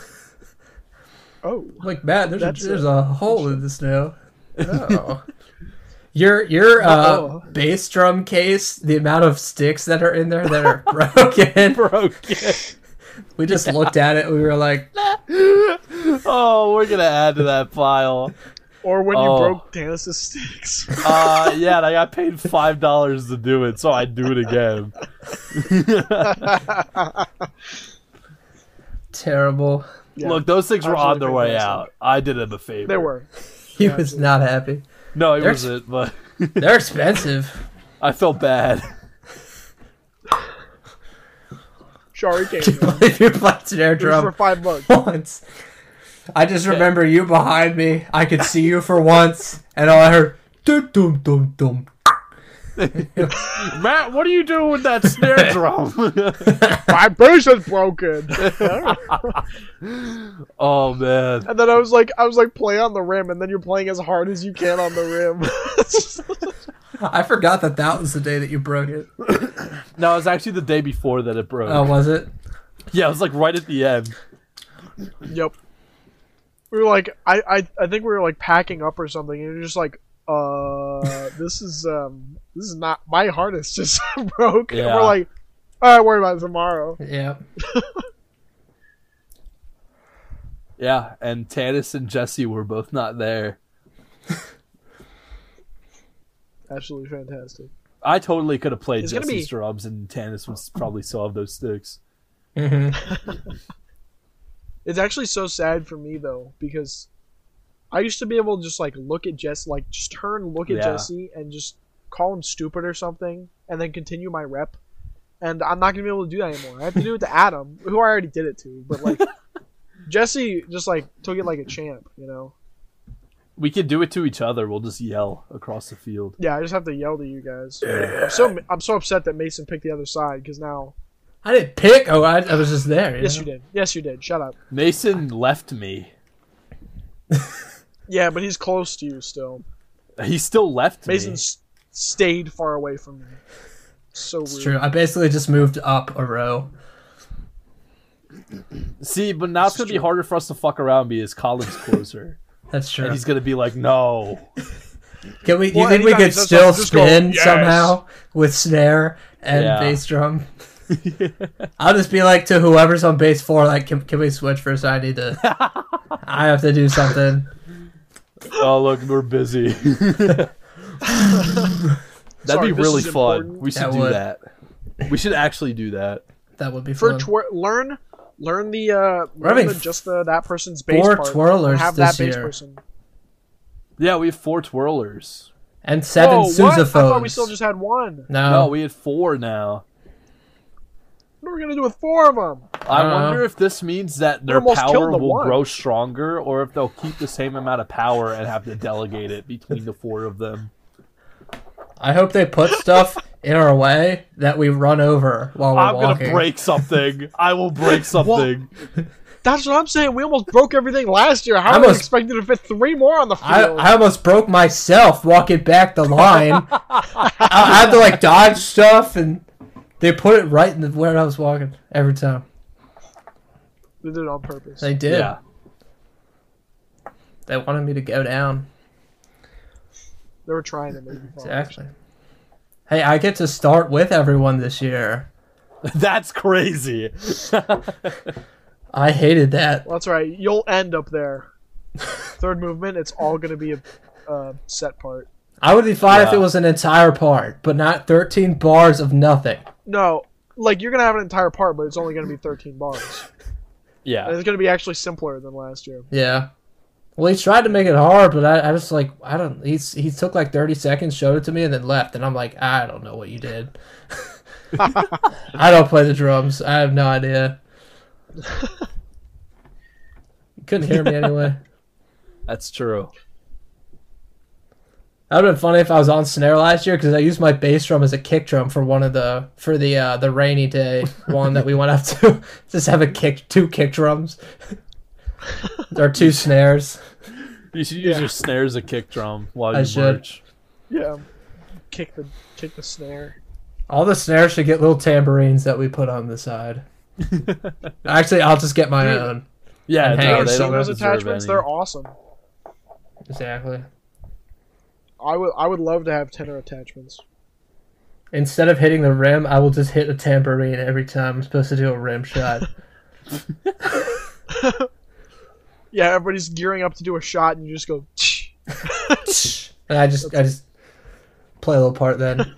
Oh, like Matt, there's That's a, a- there's a hole in the snow. Oh. Your your uh, Uh-oh. bass drum case, the amount of sticks that are in there that are broken. Broken. We just looked at it. We were like, Oh, we're gonna add to that file. or when Oh. you broke Dennis's sticks. Uh, yeah, and I got paid five dollars to do it, so I'd do it again. terrible. Yeah, Look, those things were on Absolutely their way fantastic. out. I did him a favor. they were. He was not happy. No, it They're- wasn't, but They're expensive. I felt bad. Shari came in. if you played an air It was for drum five bucks. once. I just remember you behind me. I could see you for once, and all I heard dum dum dum dum. Matt, what are you doing with that snare drum? My boost is broken. oh man. And then I was like, I was like, play on the rim, and then you're playing as hard as you can on the rim. I forgot that that was the day that you broke it. No, it was actually the day before that it broke. Oh, was it? Yeah, it was like right at the end. yep. We were like, I, I, I think we were like packing up or something, and you're just like, uh, this is, um, this is not my harness just broke. And Yeah. we're like, all right, worry about it tomorrow. Yeah. Yeah, and Tanis and Jesse were both not there. Absolutely fantastic. I totally could have played It's gonna Jesse's be- drums, and Tanis would probably still have those sticks. hmm It's actually so sad for me though because I used to be able to just like look at Jess, like just turn, look at Yeah. Jesse, and just call him stupid or something, and then continue my rep. And I'm not gonna be able to do that anymore. I have to do it to Adam, who I already did it to, but like Jesse just like took it like a champ, you know. We could do it to each other. We'll just yell across the field. Yeah, I just have to yell to you guys. I'm so I'm so upset that Mason picked the other side because now I didn't pick. Oh, I, I was just there. yes you did yes you did shut up Mason left me. yeah but he's close to you still He still left Mason me. s- stayed far away from me so It's rude. true. I basically just moved up a row. See, but now it's gonna be true. harder for us to fuck around because Colin's closer, That's true. and he's gonna be like, "No, Can we? You Well, think we anytime could he says still something, just go, spin "Yes." somehow with snare and Yeah. bass drum? I'll just be like to whoever's on base four, like, can, can we switch first? I need to. I have to do something. oh look, we're busy." That'd Sorry, be this really is fun. important. We should That do would. that. We should actually do that. That would be for fun. twir- learn learn the uh learn having the, f- just the that person's base four part twirlers and have this that base year. person Yeah, we have four twirlers. and seven Whoa, Oh, what? I sousaphones. thought we still just had one no, No, we had four now. what are we gonna do with four of them I Uh-huh. wonder if this means that their almost power killed the will one. grow stronger, or if they'll keep the same amount of power and have to delegate it between the four of them. I hope they put stuff in our way that we run over while we're I'm walking. gonna break something. I will break something. that's what I'm saying we almost broke everything last year how I are we almost- expected to fit three more on the I, field I almost broke myself walking back the line. I, I had to like dodge stuff, and they put it right in the, where I was walking every time. they did it on purpose They did. Yeah. They wanted me to go down. they were trying to make it fun. Exactly. Hey, I get to start with everyone this year. That's crazy. I hated that. Well, that's all right. You'll end up there. Third movement, it's all going to be a uh, set part. I would be fine if Yeah. it was an entire part, but not 13 bars of nothing. No, like you're going to have an entire part, but it's only going to be 13 bars. And Yeah. it's going to be actually simpler than last year. Yeah. Well, he tried to make it hard, but I, I just like I don't. He's he took like 30 seconds, showed it to me, and then left. And I'm like, I don't know what you did. I don't play the drums. I have no idea. you couldn't hear me anyway. That's true. That would have been funny if I was on snare last year because I used my bass drum as a kick drum for one of the for the uh, the rainy day one that we went up to. Just have a kick two kick drums or two snares. You should use Yeah. your snare as a kick drum while I you should. march. Yeah. Kick the kick the snare. All the snares should get little tambourines that we put on the side. Actually, I'll just get my Dude. own. Yeah, And no, hangers. they See don't those deserve attachments? any. They're awesome. Exactly. I would I would love to have tenor attachments. Instead of hitting the rim, I will just hit a tambourine every time I'm supposed to do a rim shot. Yeah, everybody's gearing up to do a shot, and you just go. and I just I just play a little part then.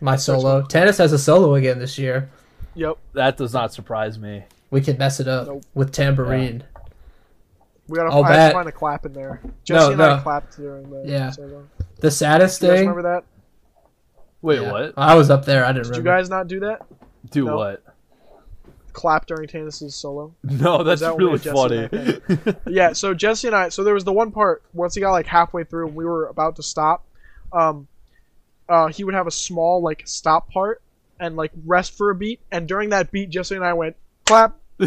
My solo. Tennis has a solo again this year. Yep. That does not surprise me. We can mess it up Nope. with tambourine. We gotta Oh, I have that- to find a clap in there. Jesse and I no. clapped during the Yeah. solo. The saddest Do you guys thing. remember that? Wait, Yeah. what? I was up there. I didn't Did you remember. guys not do that? Do No. what? Clap during Tannis's solo. No, that's that really what funny. Jesse Yeah, so Jesse and I so there was the one part once he got like halfway through and we were about to stop, um uh he would have a small like stop part and like rest for a beat and during that beat Jesse and I went clap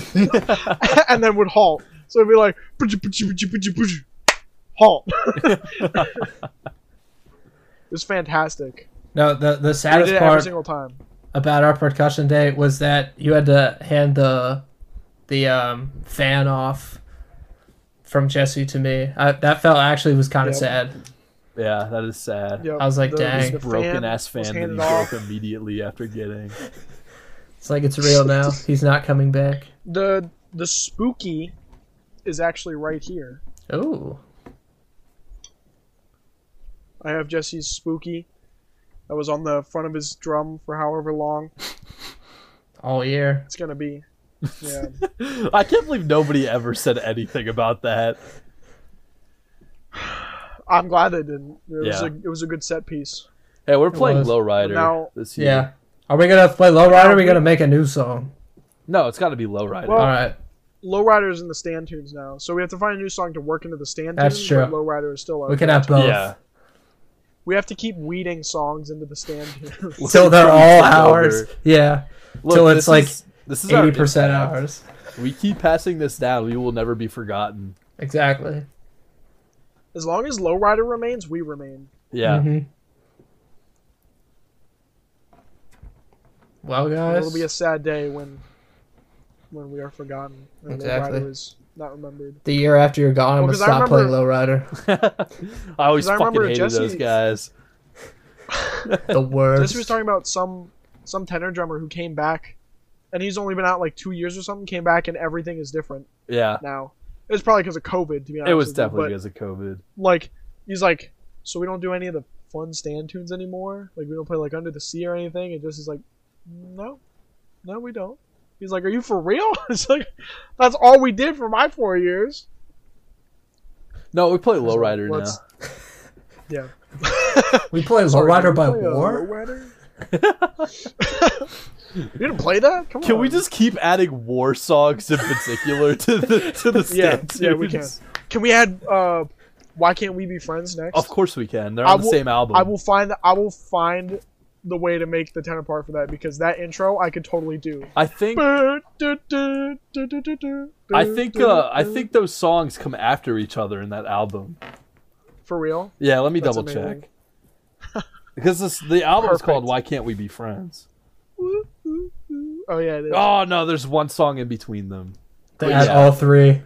and then would halt. So it'd be like "Puchu, puchu, puchu, puchu, puchu." halt. It was fantastic. No, the the We saddest did it every part single time. about our percussion day was that you had to hand the the um, fan off from Jesse to me. I, that felt actually was kind of Yep. sad. yeah, that is sad. Yep, I was like, the- dang. the fan Broken ass fan was that he handed broke off. immediately after getting. It's like it's real now. He's not coming back. The the spooky is actually right here. Oh, I have Jesse's spooky. That was on the front of his drum for however long all year. it's gonna be. Yeah, I can't believe nobody ever said anything about that. I'm glad they didn't. It was Yeah. a it was a good set piece. Hey, we're playing was. Lowrider Now- this year. Yeah. Are we gonna play Lowrider? Or are we gonna make a new song? No, it's got to be Lowrider. Well- All right. Lowrider's in the stand tunes now, so we have to find a new song to work into the stand That's tunes. true. But Lowrider is still. Our We can have both. yeah. We have to keep weeding songs into the stand tunes. Till they're all ours. Over. Yeah. Look, Till this it's like is- this is our Eighty percent impact. ours. We keep passing this down. We will never be forgotten. Exactly. as long as Lowrider remains, we remain. Yeah. Mhm. Well, guys. It'll be a sad day when when we are forgotten and Exactly. Lowrider is not remembered. The year after you're gone, I'm gonna Well, 'cause I stop playing remember- Lowrider. I always 'Cause I fucking remember hated those Jesse- guys. The worst. Jesse was talking about some some tenor drummer who came back, and he's only been out like two years or something. Came back and everything is different Yeah. now. It was probably because of COVID, to be honest. It was with you, definitely but, because of COVID. Like he's like, so we don't do any of the fun stand tunes anymore. Like we don't play like Under the Sea or anything. It just is like, no, no, we don't. He's like, are you for real? it's like that's all we did for my four years. No, we play Lowrider Let's- now. Yeah. we play Sorry, did Lowrider we by play, uh, War. Lowrider? you didn't play that? Come Can on. we just keep adding war songs in particular to the to the Yeah, stand yeah, we can. tunes? Can we add uh why can't we be friends next? Of course we can. They're I on the will- same album. I will find I will find the way to make the tenor part for that because that intro I could totally do. I think I I think uh, I think those songs come after each other in that album. for real. Yeah, let me That's double amazing. check. Because this, the album's called Perfect. "Why Can't We Be Friends." Oh yeah, it is. Oh no, there's one song in between them. They had Yeah. all three.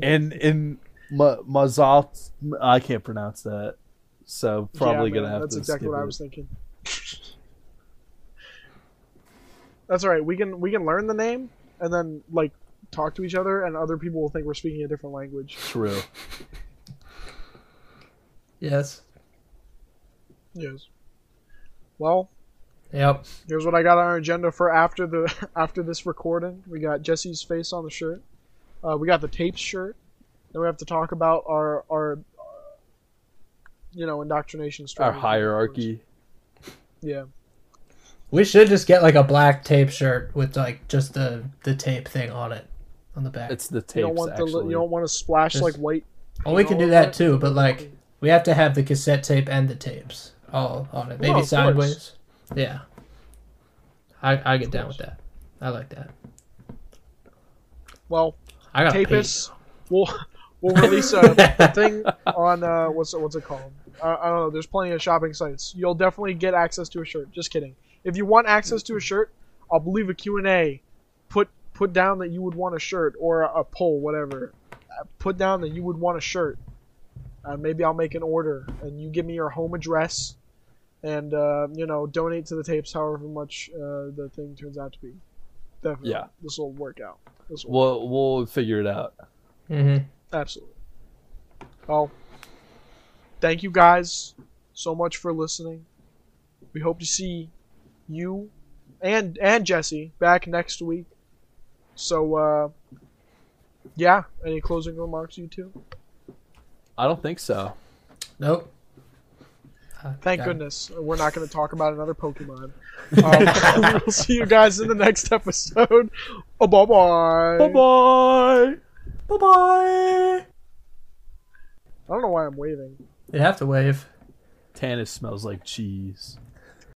And in Ma- Mazalt, I can't pronounce that. So Yeah, probably man, gonna have That's to exactly skip what it. I was thinking. That's all right. We can we can learn the name and then like talk to each other, and other people will think we're speaking a different language. True. Yes. Yes. Well, Yep. here's what I got on our agenda for after the after this recording. We got Jesse's face on the shirt. Uh, we got the tape shirt. Then we have to talk about our our uh, you know indoctrination Our strategy. hierarchy. Yeah. We should just get like a black tape shirt with like just the the tape thing on it on the back. It's the tapes. You don't want actually. the you don't want to splash Just- like white. oh, we paint could all do over that it. too, but like we have to have the cassette tape and the tapes all on it. Maybe of course. sideways. Yeah. I I get down with that. I like that. Well, I got tape us. We'll we'll release a, a thing on uh, what's it- what's it called? Uh, I don't know. There's plenty of shopping sites. You'll definitely get access to a shirt. Just kidding. If you want access to a shirt, I'll believe a Q and A. Put put down that you would want a shirt or a, a poll, whatever. Uh, Put down that you would want a shirt, and maybe I'll make an order, and you give me your home address, and uh, you know donate to the tapes however much uh, the thing turns out to be. Definitely, Yeah. this will work out. This will We'll we'll figure it out. hmm Absolutely. Well, thank you guys so much for listening. We hope to see you and and Jesse back next week. So uh yeah, any closing remarks you two? I don't think so. Nope. Uh, Thank got it. goodness we're not going to talk about another Pokemon. Um, we'll see you guys in the next episode. Oh, bye Bye bye. Bye bye. I don't know why I'm waving. You'd have to wave. Tannis smells like cheese.